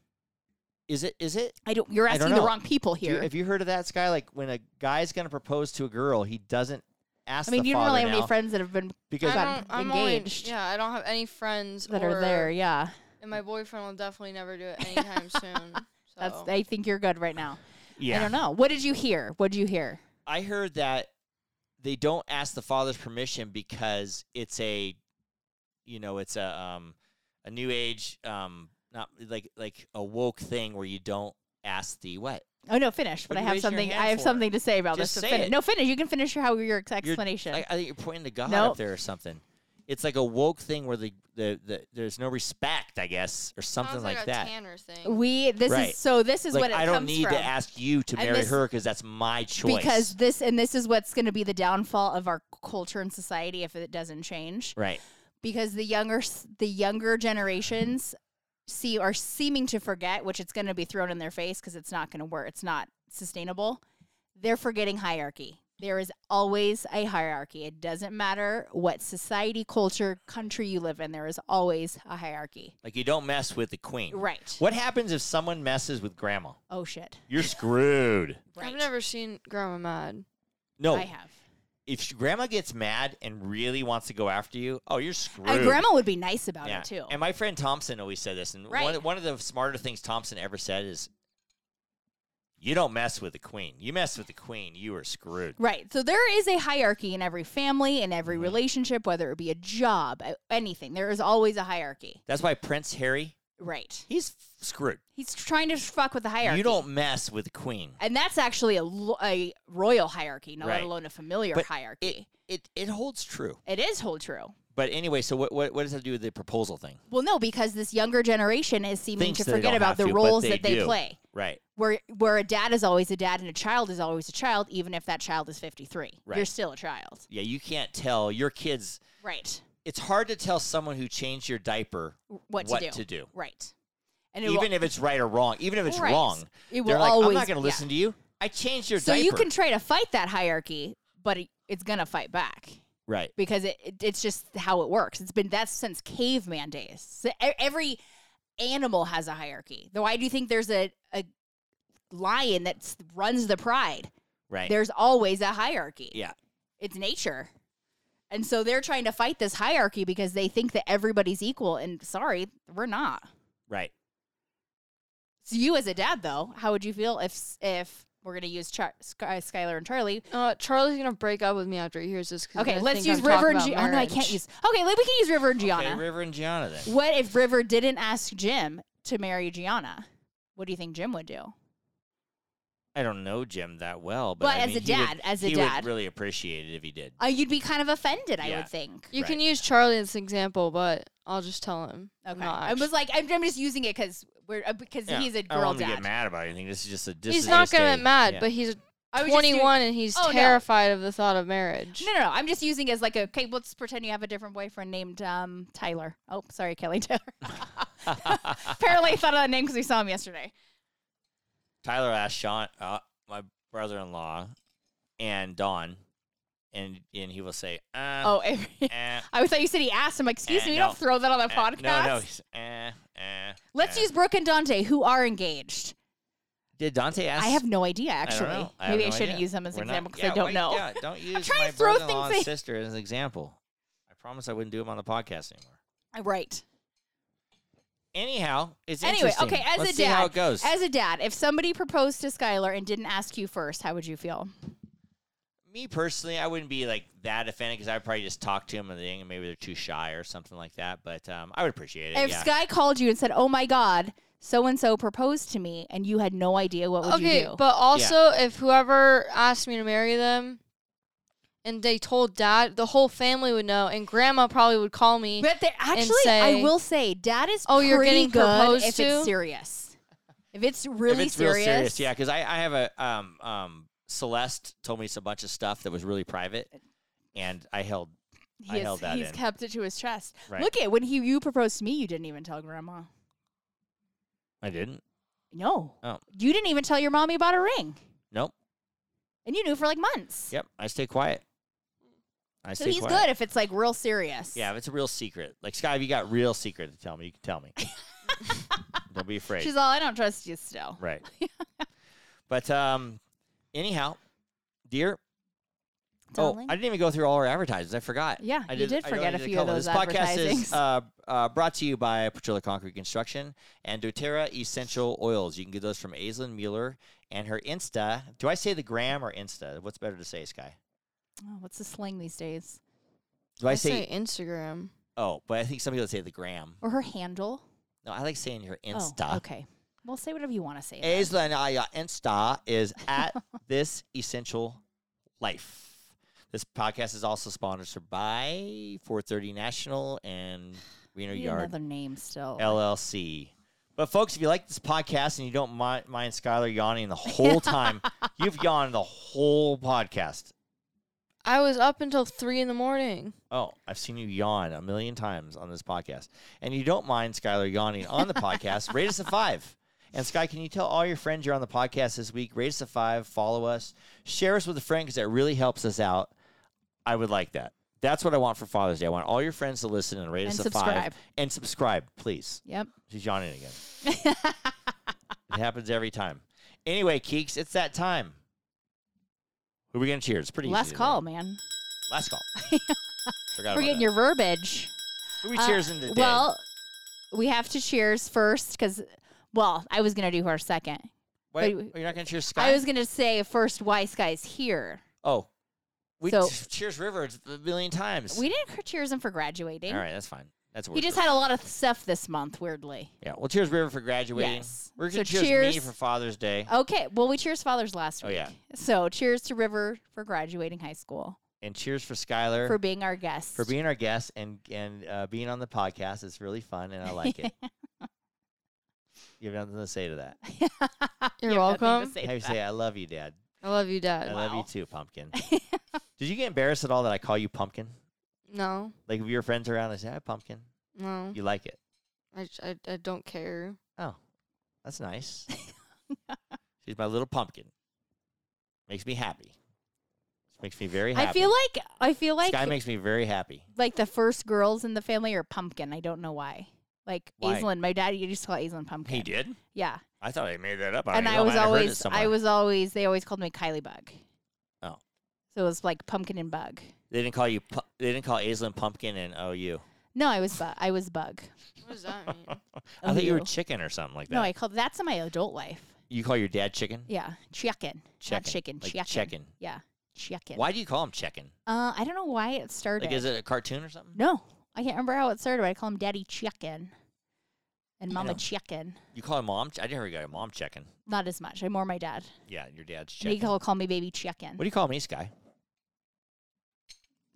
Speaker 2: is it? Is it?
Speaker 1: I don't. You're
Speaker 2: I don't
Speaker 1: asking the
Speaker 2: know.
Speaker 1: wrong people
Speaker 2: Do you-
Speaker 1: here.
Speaker 2: have you heard of that, Sky? Like when a guy's gonna propose to a girl, he doesn't ask.
Speaker 1: I mean,
Speaker 2: the
Speaker 1: you don't
Speaker 2: father
Speaker 1: really have
Speaker 2: now
Speaker 1: any friends that have been
Speaker 2: because
Speaker 1: got
Speaker 3: I don't, I'm
Speaker 1: engaged.
Speaker 3: Only, yeah, I don't have any friends
Speaker 1: that
Speaker 3: or-
Speaker 1: are there. Yeah,
Speaker 3: And my boyfriend will definitely never
Speaker 1: <laughs>
Speaker 3: do it anytime soon. So.
Speaker 1: that's. I think you're good right now.
Speaker 2: yeah,
Speaker 1: I don't know. What did you hear? What did you hear?
Speaker 2: I heard that they don't ask the father's permission because it's a, you know, it's a um, a new age um, not like like a woke thing where you don't ask the what.
Speaker 1: Oh no, finish. But
Speaker 2: What
Speaker 1: I
Speaker 2: you
Speaker 1: have
Speaker 2: raising your
Speaker 1: something.
Speaker 2: hand
Speaker 1: I have
Speaker 2: for?
Speaker 1: something to say about
Speaker 2: Just
Speaker 1: this.
Speaker 2: say
Speaker 1: so finish.
Speaker 2: it.
Speaker 1: No, finish. You can finish your how your ex-
Speaker 2: You're-
Speaker 1: explanation.
Speaker 2: I, I think you're pointing to God
Speaker 1: Nope.
Speaker 2: up there or something. It's like a woke thing where the, the, the there's no respect, I guess, or something
Speaker 3: Sounds like, a
Speaker 2: that.
Speaker 3: Tanner thing.
Speaker 1: we this
Speaker 2: Right.
Speaker 1: is so this is
Speaker 2: like
Speaker 1: what it
Speaker 2: I don't
Speaker 1: comes
Speaker 2: need
Speaker 1: from
Speaker 2: to ask you to
Speaker 1: And
Speaker 2: marry
Speaker 1: this-
Speaker 2: her because that's my choice.
Speaker 1: because this and this is what's going to be the downfall of our culture and society if it doesn't change
Speaker 2: right,
Speaker 1: because the younger s- the younger generations see are seeming to forget which it's going to be thrown in their face because it's not going to work it's not sustainable they're forgetting hierarchy there is always a hierarchy it doesn't matter what society culture country you live in there is always a hierarchy
Speaker 2: like you don't mess with the queen.
Speaker 1: right
Speaker 2: What happens if someone messes with grandma?
Speaker 1: oh shit
Speaker 2: You're screwed.
Speaker 1: right
Speaker 3: I've never seen Grandma mad.
Speaker 2: <laughs> No,
Speaker 1: i have
Speaker 2: if sh- grandma gets mad and really wants to go after you, oh, you're screwed.
Speaker 1: and grandma would be nice about
Speaker 2: Yeah.
Speaker 1: it too
Speaker 2: And my friend Thompson always said this, and one
Speaker 1: Right.
Speaker 2: one of the smarter things Thompson ever said is, "You don't mess with the queen. You mess with the queen, you are screwed."
Speaker 1: Right. So there is a hierarchy in every family, in every
Speaker 2: Mm-hmm.
Speaker 1: relationship, whether it be a job, a- anything. There is always a hierarchy.
Speaker 2: That's why Prince Harry,
Speaker 1: Right.
Speaker 2: he's f- screwed.
Speaker 1: He's trying to fuck with the hierarchy.
Speaker 2: You don't mess with the queen.
Speaker 1: And that's actually a, lo- a royal hierarchy, not
Speaker 2: Right.
Speaker 1: let alone a familiar
Speaker 2: But
Speaker 1: hierarchy.
Speaker 2: It it holds true.
Speaker 1: it is hold true.
Speaker 2: But anyway, so what what, what does that do with the proposal thing?
Speaker 1: Well, no, because this younger generation is seeming
Speaker 2: Thinks
Speaker 1: to
Speaker 2: that they
Speaker 1: forget
Speaker 2: don't
Speaker 1: about
Speaker 2: have
Speaker 1: the
Speaker 2: to, but
Speaker 1: roles
Speaker 2: they
Speaker 1: that they
Speaker 2: do.
Speaker 1: play.
Speaker 2: Right.
Speaker 1: Where where a dad is always a dad and a child is always a child, even if that child is fifty three. You're
Speaker 2: Right.
Speaker 1: still a child.
Speaker 2: Yeah, you can't tell your kids.
Speaker 1: Right.
Speaker 2: It's hard to tell someone who changed your diaper
Speaker 1: What,
Speaker 2: What
Speaker 1: to do.
Speaker 2: to do.
Speaker 1: Right. And it will-
Speaker 2: even if it's right or wrong, even if it's
Speaker 1: Right.
Speaker 2: wrong,
Speaker 1: It will
Speaker 2: they're like, I'm
Speaker 1: always-
Speaker 2: not going to
Speaker 1: yeah.
Speaker 2: listen to you. I changed your
Speaker 1: so
Speaker 2: diaper.
Speaker 1: you can try to fight that hierarchy, but it, it's gonna fight back
Speaker 2: right.
Speaker 1: because it, it it's just how it works. It's been that's since caveman days. So e- every animal has a hierarchy. Though I do think there's a a lion that s- runs the pride.
Speaker 2: Right.
Speaker 1: There's always a hierarchy.
Speaker 2: yeah.
Speaker 1: It's nature. And so they're trying to fight this hierarchy because they think that everybody's equal and sorry, we're not.
Speaker 2: Right.
Speaker 1: So you as a dad though, how would you feel if s- if we're going to use Char- Sky- Skylar and Charlie
Speaker 3: Uh, Charlie's gonna break up with me after he hears this. 'cause he's
Speaker 1: Okay,
Speaker 3: gonna
Speaker 1: let's
Speaker 3: think
Speaker 1: use
Speaker 3: I'm
Speaker 1: River and
Speaker 3: talking about
Speaker 1: Gianna. No, I can't
Speaker 3: marriage.
Speaker 1: use. Okay, like we can use River and Gianna.
Speaker 2: Okay, River and Gianna then.
Speaker 1: what if River didn't ask Jim to marry Gianna? What do you think Jim would do?
Speaker 2: I don't know Jim that well, but,
Speaker 1: But
Speaker 2: I
Speaker 1: as
Speaker 2: mean,
Speaker 1: a
Speaker 2: he would-
Speaker 1: dad, as a
Speaker 2: he
Speaker 1: dad.
Speaker 2: would really appreciate it if he did.
Speaker 1: Uh, you'd be kind of offended, I
Speaker 2: Yeah.
Speaker 1: would think.
Speaker 3: You
Speaker 2: Right.
Speaker 3: can use Charlie as an example, but I'll just tell him. I'm
Speaker 1: Okay,
Speaker 3: not
Speaker 1: I
Speaker 3: actu-
Speaker 1: was like, I'm, I'm just using it because we're uh, because
Speaker 2: Yeah,
Speaker 1: he's a
Speaker 2: I don't
Speaker 1: girl
Speaker 2: want him to
Speaker 1: dad.
Speaker 2: get mad about anything. This is just a. This
Speaker 3: he's
Speaker 2: is
Speaker 3: not
Speaker 2: just
Speaker 3: gonna
Speaker 2: a-
Speaker 3: get mad,
Speaker 2: yeah.
Speaker 3: but he's
Speaker 1: I was just doing-
Speaker 3: 21 and he's
Speaker 1: Oh, no.
Speaker 3: terrified of the thought of marriage.
Speaker 1: No, no, no. I'm just using it as like a okay. Let's pretend you have a different boyfriend named um, Tyler. Oh, sorry, Kelly
Speaker 2: <laughs>
Speaker 1: Taylor. Apparently, I thought of that name because we saw him yesterday.
Speaker 2: Tyler asked Sean, uh, my brother-in-law, and Don, and and he will say, uh,
Speaker 1: Oh, <laughs>
Speaker 2: eh,
Speaker 1: I thought you said he asked. I'm like, excuse
Speaker 2: Eh,
Speaker 1: me, we
Speaker 2: no.
Speaker 1: don't throw that on the
Speaker 2: eh."
Speaker 1: podcast.
Speaker 2: No, no, he's, eh, eh,
Speaker 1: Let's
Speaker 2: eh."
Speaker 1: use Brooke and Dante, who are engaged.
Speaker 2: Did Dante ask?
Speaker 1: I have no idea,
Speaker 2: don't
Speaker 1: actually.
Speaker 2: know. I have
Speaker 1: Maybe I
Speaker 2: no
Speaker 1: shouldn't
Speaker 2: idea.
Speaker 1: use them as
Speaker 2: We're
Speaker 1: an
Speaker 2: not-
Speaker 1: example because
Speaker 2: yeah,
Speaker 1: I don't
Speaker 2: wait,
Speaker 1: know. <laughs>
Speaker 2: yeah, don't use
Speaker 1: trying
Speaker 2: my
Speaker 1: to throw
Speaker 2: brother-in-law
Speaker 1: things
Speaker 2: and
Speaker 1: at-
Speaker 2: sister as an example. I promise I wouldn't do them on the podcast anymore.
Speaker 1: Right.
Speaker 2: Anyhow, it's
Speaker 1: Anyway,
Speaker 2: interesting.
Speaker 1: okay. As
Speaker 2: Let's
Speaker 1: a
Speaker 2: see
Speaker 1: dad,
Speaker 2: how it goes.
Speaker 1: as a dad, if somebody proposed to Skylar and didn't ask you first, how would you feel?
Speaker 2: me personally, I wouldn't be like that offended because I would probably just talk to him and thing, and maybe they're too shy or something like that. But um, I would appreciate it.
Speaker 1: If
Speaker 2: yeah.
Speaker 1: Sky called you and said, "Oh my God, so and so proposed to me," and you had no idea what would
Speaker 3: okay,
Speaker 1: you do?
Speaker 3: but also if whoever asked me to marry them and they told dad, the whole family would know, and grandma probably would call me.
Speaker 1: But they- actually, I
Speaker 3: say-
Speaker 1: will say, Dad is
Speaker 3: Oh, you're
Speaker 1: pretty
Speaker 3: getting
Speaker 1: good
Speaker 3: proposed
Speaker 1: if
Speaker 3: to?
Speaker 1: it's serious. If it's really
Speaker 2: If it's
Speaker 1: serious,
Speaker 2: real serious, yeah, because I, I have a um, um, Celeste told me a bunch of stuff that was really private, and I held I
Speaker 1: he is-
Speaker 2: held that
Speaker 1: he's
Speaker 2: in.
Speaker 1: kept it to his chest.
Speaker 2: Right.
Speaker 1: Look at when he you proposed to me, you didn't even tell Grandma.
Speaker 2: I didn't.
Speaker 1: No,
Speaker 2: Oh
Speaker 1: you didn't even tell your mom you bought a ring,
Speaker 2: nope.
Speaker 1: and you knew for like months.
Speaker 2: Yep. I stay quiet. I
Speaker 1: so
Speaker 2: stay
Speaker 1: he's
Speaker 2: quiet.
Speaker 1: good if it's like real serious.
Speaker 2: Yeah, if it's a real secret, like Sky, if you got real secret to tell me, you can
Speaker 1: <laughs>
Speaker 2: tell me. Don't be afraid.
Speaker 1: she's all, "I don't trust you still." <laughs>
Speaker 2: <laughs> right. but um, anyhow, dear.
Speaker 1: Darling.
Speaker 2: Oh, I didn't even go through all our advertisements. I forgot.
Speaker 1: Yeah,
Speaker 2: I
Speaker 1: you did
Speaker 2: I
Speaker 1: forget a
Speaker 2: did
Speaker 1: few of
Speaker 2: couple.
Speaker 1: those
Speaker 2: This podcast
Speaker 1: advertisings.
Speaker 2: is uh, uh, brought to you by Petrilla Concrete Construction and doTERRA Essential Oils. You can get those from Aislinn Mueller and her Insta. Do I say the gram or Insta? What's better to say, Sky?
Speaker 1: Oh, what's the slang these days?
Speaker 2: Do I, say,
Speaker 3: Instagram.
Speaker 2: Oh, but I think some people say the gram.
Speaker 1: Or her handle?
Speaker 2: No, I like saying her
Speaker 1: Oh,
Speaker 2: Insta.
Speaker 1: okay. Well, say whatever you want to say. then.
Speaker 2: Aislinn, uh, yeah, Insta is
Speaker 1: <laughs>
Speaker 2: at this essential life. This podcast is also sponsored by 430 National and Reno
Speaker 1: Need
Speaker 2: Yard
Speaker 1: Another name still.
Speaker 2: LLC. But folks, if you like this podcast and you don't mind, mind Skylar yawning the whole
Speaker 1: <laughs>
Speaker 2: time, you've yawned the whole podcast.
Speaker 3: I was up until three in the morning.
Speaker 2: Oh, I've seen you yawn a million times on this podcast. And you don't mind Skylar yawning on
Speaker 1: <laughs>
Speaker 2: the podcast. Rate us a five. And Sky, can you tell all your friends you're on the podcast this week? Rate us a five, follow us, share us with a friend because that really helps us out. I would like that. That's what I want for Father's Day. I want all your friends to listen and rate
Speaker 1: And
Speaker 2: us a
Speaker 1: subscribe.
Speaker 2: five. And subscribe, please.
Speaker 1: Yep.
Speaker 2: She's yawning again.
Speaker 1: <laughs>
Speaker 2: it happens every time. Anyway, Keeks, it's that time. Who are we going to cheer? It's pretty
Speaker 1: Last
Speaker 2: easy
Speaker 1: call,
Speaker 2: today.
Speaker 1: man. <laughs>
Speaker 2: Last call. Forgot
Speaker 1: We're
Speaker 2: about
Speaker 1: getting
Speaker 2: that.
Speaker 1: your verbiage.
Speaker 2: Who we
Speaker 1: Uh,
Speaker 2: cheers in today?
Speaker 1: Well, we have to cheers first because, well, I was going to do her second.
Speaker 2: Wait,
Speaker 1: wait,
Speaker 2: you're not going to cheer Sky?
Speaker 1: I was going to say first why Sky's here.
Speaker 2: oh, we
Speaker 1: So-
Speaker 2: t- cheers River a million times.
Speaker 1: We didn't cr- cheers him for graduating.
Speaker 2: All right, that's fine. That's
Speaker 1: He
Speaker 2: weird.
Speaker 1: just had a lot of stuff this month, weirdly.
Speaker 2: yeah. Well, cheers River for graduating.
Speaker 1: Yes.
Speaker 2: We're
Speaker 1: So
Speaker 2: going to cheers, me
Speaker 1: cheers- uh,
Speaker 2: for Father's Day
Speaker 1: Okay. Well, we cheers fathers last
Speaker 2: Oh,
Speaker 1: week.
Speaker 2: yeah.
Speaker 1: So cheers to River for graduating high school,
Speaker 2: and cheers for Skylar
Speaker 1: for being our guest.
Speaker 2: for being our guest and and uh, being on the podcast. It's really fun and I like
Speaker 1: <laughs>
Speaker 2: it. you have nothing to say to that.
Speaker 3: You're
Speaker 1: You have nothing to <laughs>
Speaker 3: welcome.
Speaker 1: say
Speaker 2: How
Speaker 1: to
Speaker 2: you
Speaker 1: that. Uh,
Speaker 2: say I love you, Dad.
Speaker 3: I love you,
Speaker 2: I
Speaker 3: dad.
Speaker 2: love you
Speaker 1: Wow. <laughs>
Speaker 2: too, Pumpkin. Did you get embarrassed at all that I call you Pumpkin?
Speaker 3: No,
Speaker 2: Like if your friends are around, they say, "Hi, Pumpkin."
Speaker 1: Mm-hmm.
Speaker 3: no.
Speaker 2: You like it?
Speaker 3: I, j- I, I don't care.
Speaker 2: Oh,
Speaker 1: <laughs>
Speaker 2: that's nice. She's my little pumpkin. Makes me happy. Makes me very happy.
Speaker 1: I feel like I feel like
Speaker 2: Sky makes me very happy.
Speaker 1: like the first girls in the family are pumpkin. I don't know why. Like
Speaker 2: Why?
Speaker 1: Aislinn, my dad used to call Aislinn pumpkin.
Speaker 2: did.
Speaker 1: Yeah,
Speaker 2: I thought I made that up.
Speaker 1: and I was always, I was always, they always called me Kylie Bug.
Speaker 2: Oh.
Speaker 1: so it was like pumpkin and bug.
Speaker 2: They didn't call you. Pu- they didn't call Aislinn pumpkin and
Speaker 1: <laughs>
Speaker 2: OU.
Speaker 1: No, I was, bu- I was bug.
Speaker 3: What does that mean?
Speaker 2: I thought you were
Speaker 1: OU.
Speaker 2: chicken or something like that.
Speaker 1: No, I called that's in my adult life.
Speaker 2: you call your dad chicken.
Speaker 1: Yeah, chicken, not chicken,
Speaker 2: like
Speaker 1: chicken.
Speaker 2: chicken.
Speaker 1: Yeah, chicken.
Speaker 2: Why do you call him chicken?
Speaker 1: Uh, I don't know why it started.
Speaker 2: Like, is it a cartoon or something?
Speaker 1: No, I can't remember how it started. But I call him Daddy Chicken, and mama
Speaker 2: know.
Speaker 1: checking.
Speaker 2: You call him mom? Ch- I never got a mom checking.
Speaker 1: Not as much. I'm more my dad.
Speaker 2: Yeah, your dad's
Speaker 1: And He
Speaker 2: checking.
Speaker 1: will call me baby checking.
Speaker 2: what do you call me, Sky?
Speaker 3: <laughs>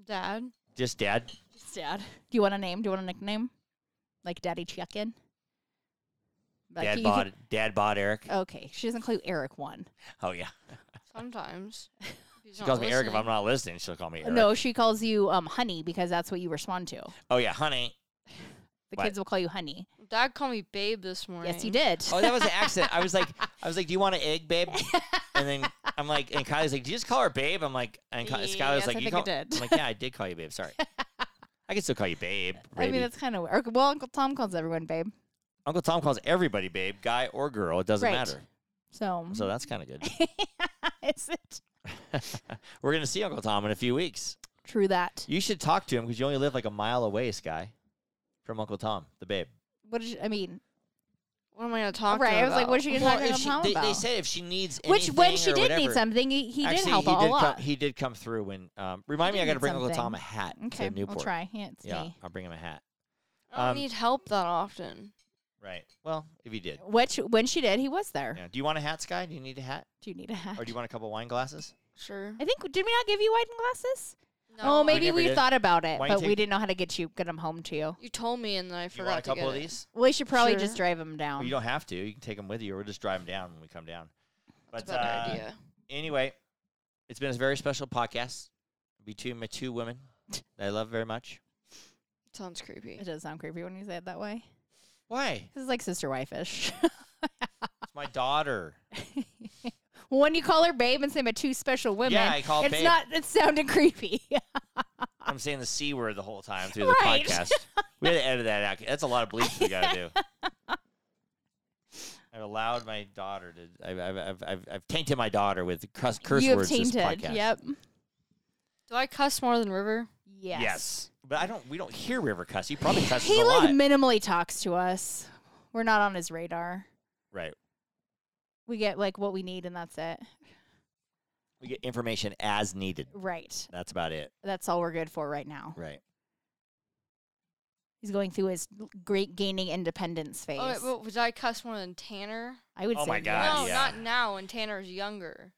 Speaker 3: Dad.
Speaker 2: Just dad?
Speaker 1: Just dad. Do you want a name? Do you want a nickname? Like daddy checking. Like
Speaker 2: dad
Speaker 1: you <laughs>
Speaker 2: bod.
Speaker 1: could-
Speaker 2: dad bod Eric.
Speaker 1: okay, she doesn't call you Eric one.
Speaker 2: Oh yeah.
Speaker 1: <laughs>
Speaker 3: Sometimes. If he's
Speaker 2: She
Speaker 3: not
Speaker 2: calls me Eric if I'm
Speaker 3: listening.
Speaker 2: not listening. She'll call me Eric.
Speaker 1: No, she calls you um honey because that's what you respond to.
Speaker 2: Oh yeah, honey.
Speaker 1: The
Speaker 2: What?
Speaker 1: kids will call you honey.
Speaker 3: Dad called me babe this morning.
Speaker 1: Yes, he did.
Speaker 2: Oh, that was an accident. I was like, I was like, do you want an egg, babe? And then I'm like, and Kylie's like, do you just call her babe? I'm like, and Ky- Sky was
Speaker 1: Yes,
Speaker 2: like,
Speaker 1: I
Speaker 2: you
Speaker 1: think I
Speaker 2: call.
Speaker 1: did.
Speaker 2: I'm like, yeah, I did call you babe. Sorry. I can still call you babe.
Speaker 1: I mean,
Speaker 2: baby.
Speaker 1: that's kind of weird. Well, Uncle Tom calls everyone babe.
Speaker 2: Uncle Tom calls everybody babe, guy or girl. It doesn't
Speaker 1: Right. Mm-hmm.
Speaker 2: matter.
Speaker 1: So,
Speaker 2: So that's kind of good.
Speaker 1: <laughs> is it
Speaker 2: <laughs> We're gonna see Uncle Tom in a few weeks.
Speaker 1: true that?
Speaker 2: You should talk to him because you only live like a mile away, Sky, from Uncle Tom, the babe.
Speaker 1: What did you, I mean?
Speaker 3: What am I gonna talk
Speaker 1: right.
Speaker 3: to
Speaker 1: I was like,
Speaker 3: about?
Speaker 1: what are you
Speaker 2: Well,
Speaker 1: going to talk
Speaker 2: if
Speaker 1: to
Speaker 2: she-
Speaker 1: Uncle Tom
Speaker 2: they,
Speaker 1: about?
Speaker 2: they said if she needs
Speaker 1: Which, when
Speaker 2: anything
Speaker 1: she
Speaker 2: or
Speaker 1: did need
Speaker 2: whatever-
Speaker 1: something, he, he
Speaker 2: Actually,
Speaker 1: did help
Speaker 2: he
Speaker 1: out
Speaker 2: did
Speaker 1: a
Speaker 2: come-
Speaker 1: lot.
Speaker 2: he did come through when. Um, remind
Speaker 1: He
Speaker 2: me, I
Speaker 1: did
Speaker 2: got to
Speaker 1: need
Speaker 2: bring Uncle
Speaker 1: something.
Speaker 2: Tom a hat
Speaker 1: okay,
Speaker 2: to Newport.
Speaker 1: I'll try. Yeah, it's
Speaker 2: Yeah,
Speaker 1: me.
Speaker 2: I'll bring him a hat.
Speaker 3: I don't
Speaker 2: um,
Speaker 3: need help that often.
Speaker 2: Right. Well, if you did.
Speaker 1: Which, when she did, he was there.
Speaker 2: Yeah. Do you want a hat, Sky? Do you need a hat,
Speaker 1: Do you need a hat?
Speaker 2: or do you want a couple wine glasses?
Speaker 3: Sure.
Speaker 1: I think did we not give you wine glasses?
Speaker 3: No,
Speaker 1: oh, maybe
Speaker 2: never
Speaker 1: we
Speaker 2: did.
Speaker 1: thought about it,
Speaker 2: Why don't you
Speaker 1: but we
Speaker 2: take-
Speaker 1: didn't know how to get you get them home to you.
Speaker 3: You told me and then I forgot
Speaker 2: you want a
Speaker 3: to
Speaker 2: couple
Speaker 3: get
Speaker 2: of
Speaker 3: it.
Speaker 2: these?
Speaker 1: We should probably just
Speaker 3: Sure.
Speaker 1: drive them down.
Speaker 2: Well, you don't have to. You can take them with you, or just drive them down when we come down. But
Speaker 3: That's a better
Speaker 2: uh,
Speaker 3: idea.
Speaker 2: anyway, it's been a very special podcast between my two women that I love very much.
Speaker 3: Sounds creepy.
Speaker 1: it does sound creepy when you say it that way.
Speaker 2: Why?
Speaker 1: This is like sister wife ish.
Speaker 2: It's my daughter.
Speaker 1: <laughs> when you call her babe and say my two special women,
Speaker 2: Yeah, I call
Speaker 1: it's
Speaker 2: babe.
Speaker 1: not. It sounded creepy.
Speaker 2: I'm saying the c word the whole time through the
Speaker 1: Right.
Speaker 2: podcast. We had to edit that out. That's a lot of bleeps we got to do.
Speaker 1: <laughs>
Speaker 2: I've allowed my daughter to. I've I've I've, I've, I've tainted my daughter with curse, curse
Speaker 1: you have
Speaker 2: words.
Speaker 1: tainted.
Speaker 2: This podcast.
Speaker 1: Yep.
Speaker 3: Do I cuss more than River?
Speaker 1: Yes.
Speaker 2: But I don't. We don't hear River cuss. He probably cusses
Speaker 1: He
Speaker 2: a
Speaker 1: like
Speaker 2: lot.
Speaker 1: minimally talks to us. We're not on his radar.
Speaker 2: right.
Speaker 1: We get like what we need, and that's it.
Speaker 2: We get information as needed.
Speaker 1: Right.
Speaker 2: That's about it.
Speaker 1: That's all we're good for right now.
Speaker 2: Right.
Speaker 1: He's going through his l- great gaining independence phase.
Speaker 3: Oh, wait, but did I cuss more than Tanner?
Speaker 1: I would
Speaker 2: Oh
Speaker 1: say
Speaker 2: my God,
Speaker 1: yes.
Speaker 3: no,
Speaker 2: yeah.
Speaker 3: not now when Tanner's younger.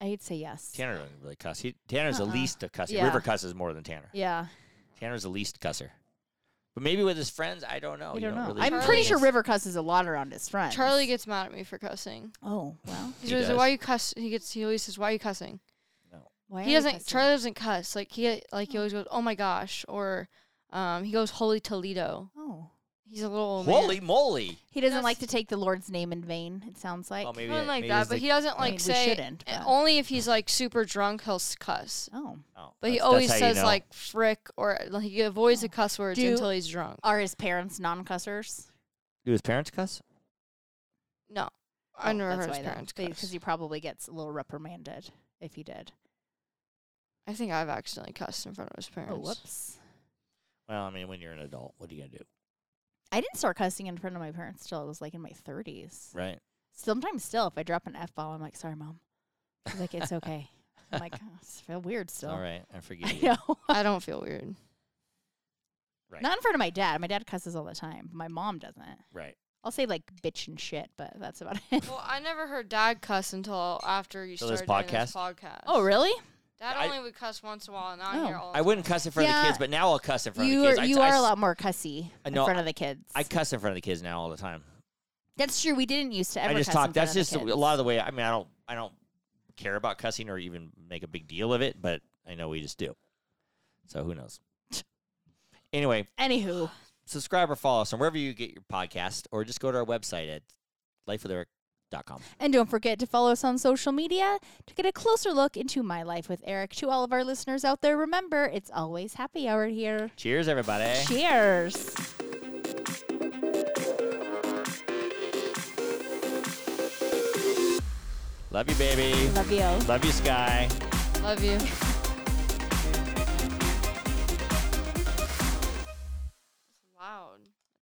Speaker 1: I'd say yes.
Speaker 2: Tanner doesn't really cuss. He, Tanner's
Speaker 1: Uh-uh.
Speaker 2: the least of cussing.
Speaker 1: Yeah.
Speaker 2: River cusses more than Tanner.
Speaker 1: Yeah,
Speaker 2: Tanner's the least cusser. But maybe with his friends, I don't know.
Speaker 1: I
Speaker 2: You
Speaker 1: don't know.
Speaker 2: really
Speaker 1: I'm
Speaker 2: know.
Speaker 1: pretty sure
Speaker 2: It's-
Speaker 1: River cusses a lot around his friends.
Speaker 3: Charlie gets mad at me for cussing.
Speaker 1: Oh well,
Speaker 3: He,
Speaker 2: He
Speaker 3: says,
Speaker 2: does.
Speaker 3: "Why you cuss?" He gets. He always says, "Why you cussing?"
Speaker 1: Why are
Speaker 3: he
Speaker 1: you
Speaker 3: doesn't.
Speaker 1: cussing?
Speaker 3: Charlie doesn't cuss. Like he like he always goes, "Oh my gosh," or um, he goes, "Holy Toledo."
Speaker 1: Oh,
Speaker 3: He's a little old man.
Speaker 2: Holy moly!
Speaker 1: he doesn't
Speaker 3: That's-
Speaker 1: like to take the Lord's name in vain. It sounds like.
Speaker 2: Oh, maybe
Speaker 3: Something like
Speaker 2: maybe
Speaker 3: that,
Speaker 2: it's
Speaker 3: but he doesn't
Speaker 1: I mean,
Speaker 3: like
Speaker 1: we
Speaker 3: say.
Speaker 1: shouldn't,
Speaker 3: eh,
Speaker 1: but-
Speaker 3: Only if he's like super drunk, he'll s- cuss.
Speaker 1: oh,
Speaker 2: oh,
Speaker 3: But
Speaker 2: that's-
Speaker 3: he
Speaker 2: that's
Speaker 3: always
Speaker 2: how you
Speaker 3: says
Speaker 2: know.
Speaker 3: like "frick" or like, he avoids the cuss words
Speaker 1: Do- Uh,
Speaker 3: until he's drunk.
Speaker 1: are his parents non-cussers?
Speaker 2: Do his parents cuss?
Speaker 3: No, I
Speaker 1: Oh,
Speaker 3: never
Speaker 1: that's
Speaker 3: heard his
Speaker 1: why then.
Speaker 3: parents
Speaker 1: They-
Speaker 3: cuss.
Speaker 1: he probably gets a little reprimanded if he did.
Speaker 3: I think I've accidentally cussed in front of his parents.
Speaker 1: Oh, whoops!
Speaker 2: Well, I mean, when you're an adult, what are you
Speaker 1: <laughs>
Speaker 2: gonna do,
Speaker 1: I didn't start cussing in front of my parents till I was like in my 30s.
Speaker 2: right?
Speaker 1: Sometimes still, if I drop an f bomb, I'm like, "Sorry, mom." She's like, "It's okay." I'm
Speaker 2: <laughs>
Speaker 1: like, oh, I feel weird still.
Speaker 2: All right, I
Speaker 1: <laughs>
Speaker 2: forgive
Speaker 1: I
Speaker 2: you.
Speaker 1: know.
Speaker 3: I don't
Speaker 1: <laughs>
Speaker 3: feel weird.
Speaker 2: Right.
Speaker 1: Not in front of my dad. My dad cusses all the time. but My mom doesn't.
Speaker 2: Right.
Speaker 1: I'll say like bitch and shit, but that's about <laughs> it.
Speaker 3: Well, I never heard Dad cuss until after you
Speaker 2: Till this
Speaker 3: started doing this
Speaker 2: podcast?
Speaker 3: podcast.
Speaker 1: oh, really?
Speaker 3: Dad
Speaker 2: I-
Speaker 3: only would cuss once in a while, and now I hear
Speaker 1: Oh.
Speaker 3: all. The
Speaker 2: I wouldn't
Speaker 3: time.
Speaker 2: cuss in front of
Speaker 1: Yeah.
Speaker 2: the kids, but now I'll cuss in front
Speaker 1: You
Speaker 2: of the
Speaker 1: are
Speaker 2: kids. I-
Speaker 1: you
Speaker 2: I
Speaker 1: are a
Speaker 2: s-
Speaker 1: lot more cussy
Speaker 2: I
Speaker 1: in
Speaker 2: know,
Speaker 1: front of the kids.
Speaker 2: I cuss in front of the kids now all the time.
Speaker 1: that's true. We didn't used to ever.
Speaker 2: I just
Speaker 1: cuss
Speaker 2: talk.
Speaker 1: In front
Speaker 2: That's
Speaker 1: of the
Speaker 2: just a
Speaker 1: kids.
Speaker 2: lot of the way. I mean, I don't. I don't care about cussing or even make a big deal of it, but I know we just do. So
Speaker 1: <laughs>
Speaker 2: who knows? anyway,
Speaker 1: Anywho,
Speaker 2: subscribe or follow us on wherever you get your podcast, or just go to our website at lifewitheric.com.
Speaker 1: and don't forget to follow us on social media to get a closer look into my life with Eric. To all of our listeners out there, remember it's always happy hour here.
Speaker 2: Cheers, everybody.
Speaker 1: Cheers.
Speaker 2: Love you, baby.
Speaker 1: Love you.
Speaker 2: Love you, Sky. <laughs>
Speaker 3: Love you.